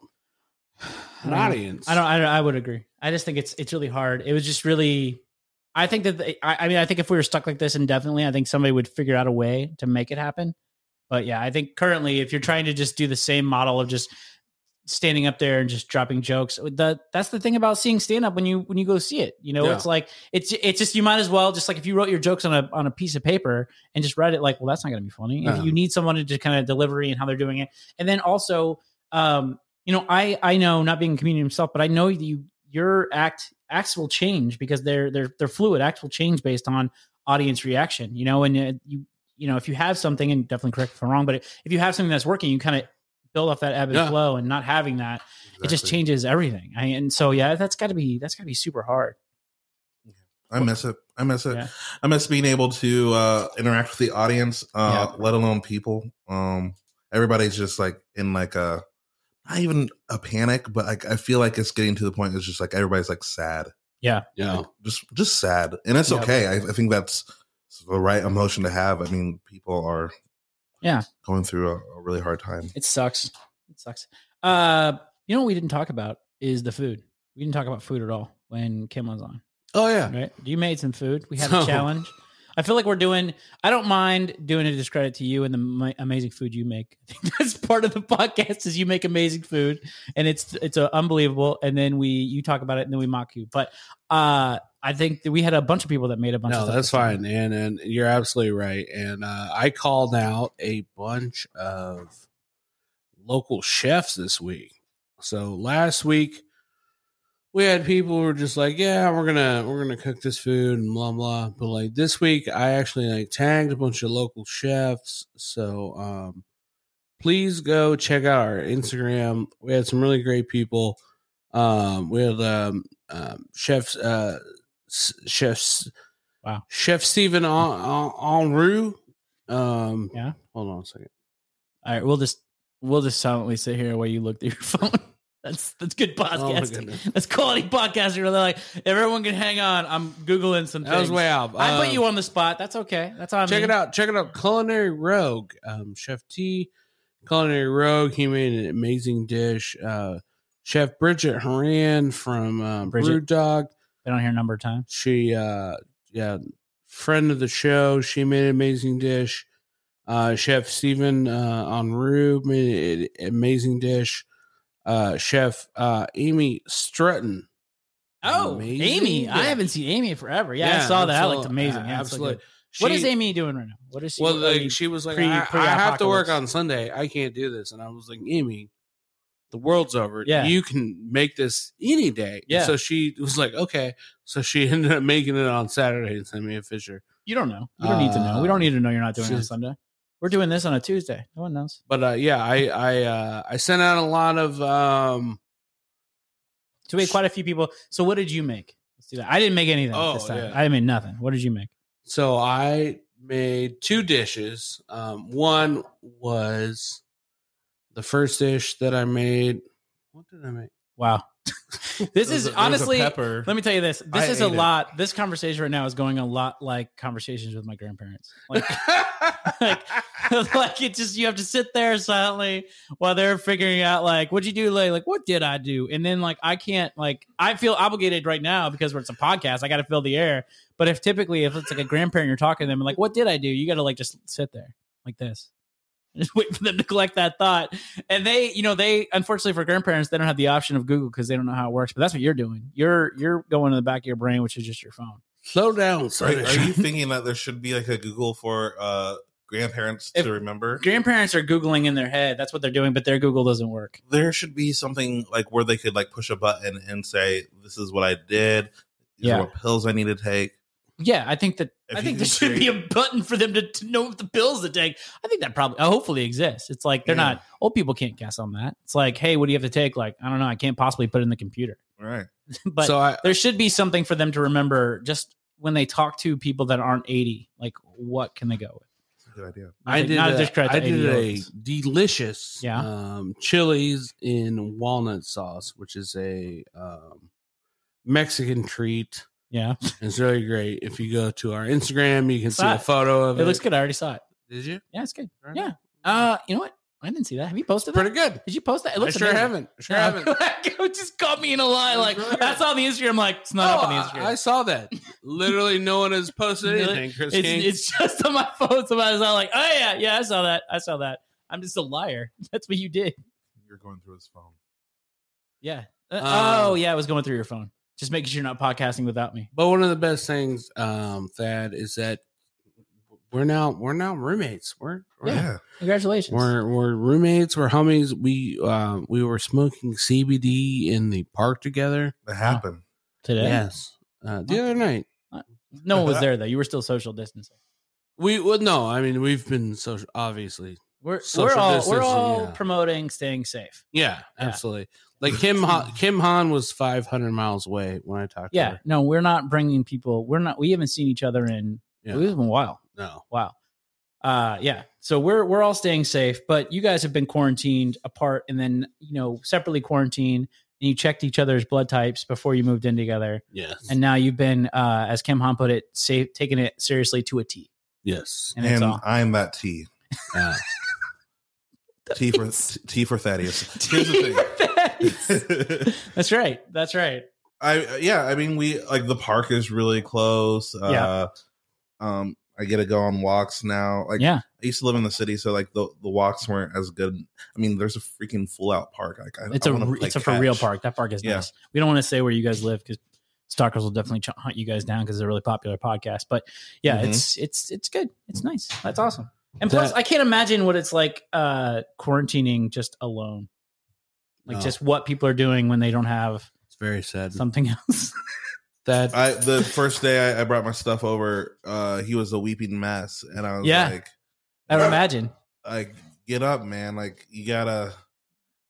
Speaker 2: an audience.
Speaker 3: I don't. I, don't, I would agree. I just think it's it's really hard. It was just really. I think that the, I, I mean I think if we were stuck like this indefinitely, I think somebody would figure out a way to make it happen. But yeah, I think currently, if you're trying to just do the same model of just standing up there and just dropping jokes, that that's the thing about seeing stand up when you when you go see it. You know,
Speaker 2: Yeah.
Speaker 3: it's like it's it's just you might as well just like if you wrote your jokes on a on a piece of paper and just read it, like, well, that's not going to be funny. If
Speaker 2: No.
Speaker 3: you need someone to just kind of delivery and how they're doing it, and then also, um, you know, I I know not being a comedian himself, but I know that you your act acts will change because they're they're they're fluid. Acts will change based on audience reaction. You know, and uh, you you know if you have something and definitely correct me if I'm wrong, but if you have something that's working, you kind of build off that ebb and
Speaker 2: Yeah.
Speaker 3: flow, and not having that it just
Speaker 5: Exactly.
Speaker 3: changes everything. I, and so yeah, that's got to be that's got to be super hard.
Speaker 5: I miss it. I miss it.
Speaker 3: Yeah.
Speaker 5: I miss being able to uh, interact with the audience, uh, let alone people. Um, everybody's just like in like a not even a panic, but like I feel like it's getting to the point. It's just like everybody's like sad,
Speaker 2: yeah.
Speaker 5: just just sad, and that's
Speaker 3: Yeah.
Speaker 5: okay. I, I think that's it's the right emotion to have. I mean, people are
Speaker 3: Yeah.
Speaker 5: going through a, a really hard time.
Speaker 3: It sucks. It sucks. Uh, you know what we didn't talk about is the food. We didn't talk about food at all when Kim was on.
Speaker 2: Oh yeah.
Speaker 3: Right? You made some food. We
Speaker 2: *laughs*
Speaker 3: had
Speaker 2: So-
Speaker 3: a challenge. I feel like we're doing. I don't mind doing a discredit to you and the mi- amazing food you make. *laughs* I think that's part of the podcast is you make amazing food, and it's it's uh unbelievable. And then we you talk about it, and then we mock you. But uh, I think that we had a bunch of people that made a bunch. of
Speaker 2: No,
Speaker 3: stuff
Speaker 2: that's
Speaker 3: this
Speaker 2: fine, and and you're absolutely right. And uh, I called out a bunch of local chefs this week. So last week we had people who were just like, "Yeah, we're gonna we're gonna cook this food and blah blah." But like this week, I actually like tagged a bunch of local chefs. So um, please go check out our Instagram. We had some really great people. Um, we had um, um, chefs uh, s- chefs Chef Stephen Enru. Um,
Speaker 3: Yeah.
Speaker 2: Hold on a second.
Speaker 3: All right, we'll just we'll just silently sit here while you look through your *laughs* phone. That's that's good
Speaker 2: Oh, my
Speaker 3: podcasting.
Speaker 2: goodness.
Speaker 3: that's quality podcasting. They're like everyone can hang on. I'm googling some.
Speaker 2: That was
Speaker 3: things.
Speaker 2: way off.
Speaker 3: I put
Speaker 2: Um,
Speaker 3: you on the spot. That's okay. That's on.
Speaker 2: check
Speaker 3: me.
Speaker 2: it out. Check it out. Culinary Rogue. Um, Chef T. Culinary Rogue. He made an amazing dish. Uh, Chef Bridget Horan from um,
Speaker 3: Bridget.
Speaker 2: Brewdog.
Speaker 3: Been on here a number of times.
Speaker 2: She, uh, yeah, friend of the show. She made an amazing dish. Uh, Chef Stephen uh, Enru made an amazing dish. Uh, Chef uh, Amy Strutton
Speaker 3: Oh,
Speaker 2: Amazing.
Speaker 3: Amy. I
Speaker 2: Yeah.
Speaker 3: havened seen Amy in forever. Yeah, I saw that. That looked amazing. Yeah, it's so
Speaker 2: absolutely.
Speaker 3: good. what is
Speaker 2: She-
Speaker 3: Amy doing right now? What is she?
Speaker 2: Well,
Speaker 3: I
Speaker 2: like
Speaker 3: mean,
Speaker 2: she was like,
Speaker 3: pre-
Speaker 2: I, I have to work
Speaker 3: pre-apocalypse.
Speaker 2: on Sunday. I can't do this. And I was like, Amy, the world's over.
Speaker 3: Yeah.
Speaker 2: you can make this any day. And
Speaker 3: Yeah.
Speaker 2: so she was like, okay. So she *laughs* ended up making it on Saturday and sent me a picture.
Speaker 3: you don't know. You don't need to know. We don't need to know you're not doing it on
Speaker 2: Uh, she's-
Speaker 3: Sunday. We're doing this on a Tuesday. No one knows.
Speaker 2: But uh, yeah, I I uh, I sent out a lot of um.
Speaker 3: So we had quite a few people. So what did you make? Let's do that. I didn't make anything
Speaker 2: Oh,
Speaker 3: this time.
Speaker 2: yeah.
Speaker 3: I made nothing. What did you make?
Speaker 2: So I made two dishes. Um, one was the first dish that I made. What did I make?
Speaker 5: *laughs*
Speaker 3: Wow. this
Speaker 5: There
Speaker 3: is
Speaker 5: was a- there was a
Speaker 3: honestly
Speaker 5: pepper.
Speaker 3: let me tell you this. This
Speaker 5: I
Speaker 3: is a
Speaker 5: ate it.
Speaker 3: lot. This conversation right now is going a lot like conversations with my grandparents. Like *laughs* like, *laughs* like it just you have to sit there silently while they're figuring out like what'd you do like, like what did I do and then like I can't like I feel obligated right now because it's a podcast I got to fill the air but if typically if it's like a grandparent you're talking to them like what did I do you got to like just sit there like this *laughs* just wait for them to collect that thought and they you know they unfortunately for grandparents they don't have the option of Google because they don't know how it works but that's what you're doing you're you're going in the back of your brain which is just your phone
Speaker 2: Slow down.
Speaker 5: Are,
Speaker 2: Slow
Speaker 5: are
Speaker 2: down. *laughs*
Speaker 3: *laughs*
Speaker 5: you thinking that there should be like a Google for uh, grandparents
Speaker 3: If-
Speaker 5: to remember?
Speaker 3: grandparents are googling in their head that's what they're doing but their Google doesn't work.
Speaker 5: There should be something like where they could like push a button and say, "This is what I did. These
Speaker 3: Yeah.
Speaker 5: are what pills I need to take."
Speaker 3: Yeah, I think that
Speaker 5: If
Speaker 3: I
Speaker 5: you
Speaker 3: think
Speaker 5: can
Speaker 3: there should be
Speaker 5: create-
Speaker 3: a button for them to, to know the pills to take. I think that probably uh, hopefully exists. It's like they're
Speaker 5: Yeah.
Speaker 3: not old people can't guess on that. It's like, hey, what do you have to take? Like, I don't know, I can't possibly put it in the computer. *laughs*
Speaker 5: Right.
Speaker 3: but
Speaker 2: so I,
Speaker 3: there should be something for them to remember just when they talk to people that aren't 80. Like, what can they go with?
Speaker 5: Good idea.
Speaker 2: I
Speaker 3: Not-
Speaker 2: did.
Speaker 3: not
Speaker 2: a-
Speaker 3: discredit
Speaker 2: I
Speaker 3: to
Speaker 2: did a
Speaker 3: 80-year-olds.
Speaker 2: delicious,
Speaker 3: Yeah.
Speaker 2: um, chilies in walnut sauce, which is a um, Mexican treat.
Speaker 3: Yeah.
Speaker 2: It's really great. If you go to our Instagram, you can see a
Speaker 3: Fat.
Speaker 2: photo of
Speaker 3: It
Speaker 2: it.
Speaker 3: looks good. I already saw it.
Speaker 2: Did you?
Speaker 3: Yeah, it's good.
Speaker 2: Right
Speaker 3: Yeah. Uh you know what? I didn't see that. Have you posted that?
Speaker 2: Pretty good.
Speaker 3: Did you post that? It
Speaker 2: I
Speaker 3: looks
Speaker 2: sure
Speaker 3: amazing.
Speaker 2: haven't. I Sure
Speaker 3: *laughs*
Speaker 2: haven't.
Speaker 3: it just caught me in a lie.
Speaker 2: It's
Speaker 3: Like
Speaker 2: really good.
Speaker 3: that's on the Instagram. Like it's not up
Speaker 2: Oh,
Speaker 3: on the
Speaker 2: I-
Speaker 3: Instagram.
Speaker 2: I, saw that. Literally, no one has
Speaker 3: *laughs*
Speaker 2: posted
Speaker 3: Really?
Speaker 2: anything. Chris King.
Speaker 3: It's, it's *laughs* just on my phone. Somebody's all like, "Oh yeah, yeah, I saw that. I saw that." I'm just a liar. *laughs* That's what you did.
Speaker 5: You're going through his phone.
Speaker 3: Yeah.
Speaker 2: Uh,
Speaker 3: oh yeah, I was going through your phone. Just making sure you're not podcasting without me.
Speaker 2: But one of the best things, um, Thad, is that we're now we're now roommates. We're, we're
Speaker 3: Yeah. Congratulations.
Speaker 2: We're we're roommates. We're homies. We uh, we were smoking CBD in the park together.
Speaker 5: that happened.
Speaker 3: Today.
Speaker 2: Yes, uh, the other night. *laughs*
Speaker 3: No one was there though. You were still social distancing.
Speaker 2: We well, no, I mean we've been social. Obviously,
Speaker 3: We're we're
Speaker 2: Social
Speaker 3: all
Speaker 2: distancing,
Speaker 3: we're all
Speaker 2: yeah.
Speaker 3: promoting staying safe.
Speaker 2: yeah,
Speaker 3: Yeah.
Speaker 2: absolutely. Like Kim
Speaker 3: *laughs*
Speaker 2: Han, Kim Han was five hundred miles away when I talked to
Speaker 3: Yeah.
Speaker 2: her.
Speaker 3: No, we're not bringing people. We're not. We haven't seen each other in.
Speaker 2: Yeah.
Speaker 3: It's been a while.
Speaker 2: No,
Speaker 3: Wow. Uh yeah. So we're we're all staying safe, but you guys have been quarantined apart and then, you know, separately quarantined and you checked each other's blood types before you moved in together,
Speaker 2: Yes.
Speaker 3: and now you've been, uh, as Kim Han put it, safe, taking it seriously to a T.
Speaker 2: yes.
Speaker 3: And, it's all
Speaker 5: I'm that T.
Speaker 2: Uh,
Speaker 5: T for T
Speaker 3: *laughs*
Speaker 5: for Thaddeus. Here's the thing.
Speaker 3: That's right. That's right.
Speaker 5: *laughs* I yeah, I mean we like the park is really close. Uh um I get to go on walks now. Like
Speaker 3: yeah.
Speaker 5: I used to live in the city, so like the, the walks weren't as good. I mean, there's a freaking full out park. Like I,
Speaker 3: It's
Speaker 5: a
Speaker 3: a re- it's a for real park. That park is
Speaker 5: Yeah.
Speaker 3: nice. We don't want to say where you guys live because stalkers will definitely ch- hunt you guys down because they're a really popular podcast. But yeah,
Speaker 5: Mhm.
Speaker 3: it's it's it's good. It's nice. That's awesome. And plus, I can't imagine what it's like uh quarantining just alone. Like
Speaker 2: No.
Speaker 3: just what people are doing when they don't have
Speaker 5: Mm.
Speaker 2: it's very sad.
Speaker 3: something *laughs* else.
Speaker 2: that
Speaker 5: I the first day I, I brought my stuff over, uh he was a weeping mess, and I was
Speaker 3: Yeah.
Speaker 5: like,
Speaker 3: I would imagine
Speaker 5: like get up, man. Like you gotta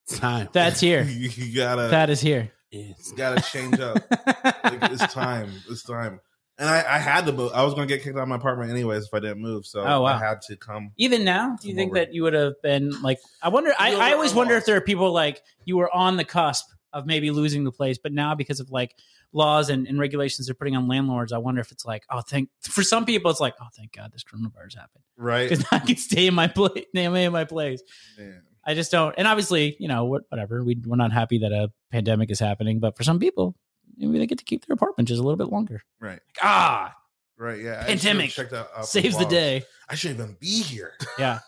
Speaker 2: time. *laughs*
Speaker 3: that's here.
Speaker 5: *laughs* you gotta
Speaker 3: That is here.
Speaker 2: Yes.
Speaker 5: gotta change up. like
Speaker 3: *laughs*
Speaker 5: it's time it's time and I, I had to move i was gonna get kicked out of my apartment anyways if i didn't move so
Speaker 3: Oh, wow.
Speaker 5: i had to come
Speaker 3: Even now, do you
Speaker 5: I'm
Speaker 3: think
Speaker 5: over
Speaker 3: that you would have been like? I wonder. I,
Speaker 5: You
Speaker 3: I
Speaker 5: were
Speaker 3: always wonder if
Speaker 5: lost.
Speaker 3: there are people like you were on the cusp of maybe losing the place, but now because of like laws and, and regulations they're putting on landlords, I wonder if it's like, oh, thank. For some people, it's like, oh, thank God this coronavirus happened
Speaker 5: right
Speaker 3: because I can stay in my place. Stay in my place.
Speaker 5: Man.
Speaker 3: I just don't. And obviously, you know, what- whatever. We we're not happy that a pandemic is happening, but for some people, maybe they get to keep their apartment just a little bit longer.
Speaker 5: right
Speaker 3: Like, ah,
Speaker 5: right yeah I
Speaker 3: Pandemic
Speaker 5: should've checked out out
Speaker 3: saves the
Speaker 5: walls.
Speaker 3: day.
Speaker 5: i shouldn't even be here
Speaker 3: Yeah.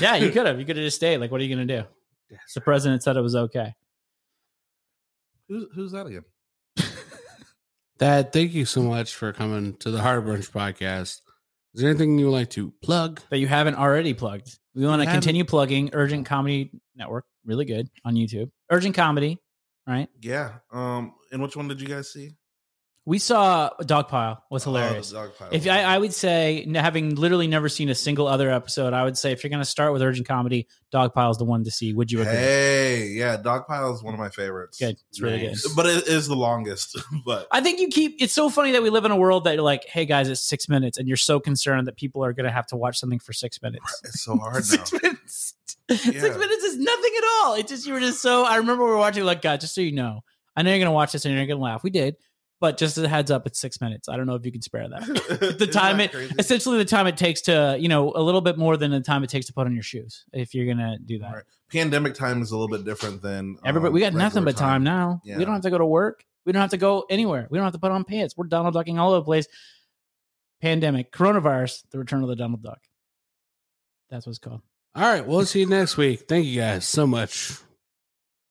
Speaker 3: Yeah, you could have. You could have just stayed. Like, what are you going to do? The president said it was okay.
Speaker 5: who's, who's that again
Speaker 2: That thank you so much for coming to the Hard Brunch podcast. Is there anything you would like to plug?
Speaker 3: That you haven't already plugged. We want
Speaker 2: You
Speaker 3: to
Speaker 2: haven't-
Speaker 3: continue plugging Urgent Comedy Network. Really good on YouTube. Urgent Comedy, right?
Speaker 5: yeah um and which one did you guys see
Speaker 3: We saw Dogpile was hilarious.
Speaker 5: Oh, the dog pile.
Speaker 3: if I, I would say, n- having literally never seen a single other episode, I would say if you're going to start with Urgent Comedy, Dogpile is the one to see. Would you agree?
Speaker 5: hey yeah dog pile is one of my favorites
Speaker 3: Good. It's really
Speaker 2: Nice.
Speaker 3: good.
Speaker 5: but it is the longest *laughs* but
Speaker 3: I think you keep it's so funny that we live in a world that you're like, hey guys, it's six minutes, and you're so concerned that people are gonna have to watch something for six minutes.
Speaker 5: it's so
Speaker 3: *laughs*
Speaker 5: hard now
Speaker 3: six minutes.
Speaker 5: Yeah.
Speaker 3: Six minutes is nothing at all. It just you were just so. I remember we were watching like God. Just so you know, I know you're gonna watch this and you're gonna laugh. We did, but just as a heads up, it's six minutes. I don't know if you can spare that.
Speaker 5: *laughs* the
Speaker 3: time it- Essentially, the time it takes to you know a little bit more than the time it takes to put on your shoes if you're gonna do that.
Speaker 5: Right. pandemic time is a little bit different than
Speaker 3: Everybody,
Speaker 5: um,
Speaker 3: we got nothing
Speaker 5: regular
Speaker 3: but time, now.
Speaker 5: Yeah.
Speaker 3: We don't have to go to work. We don't have to go anywhere. We don't have to put on pants. We're Donald ducking all over the place. Pandemic, coronavirus, the return of the Donald Duck. That's what it's called.
Speaker 2: All right, we'll see you next week. Thank you guys so much.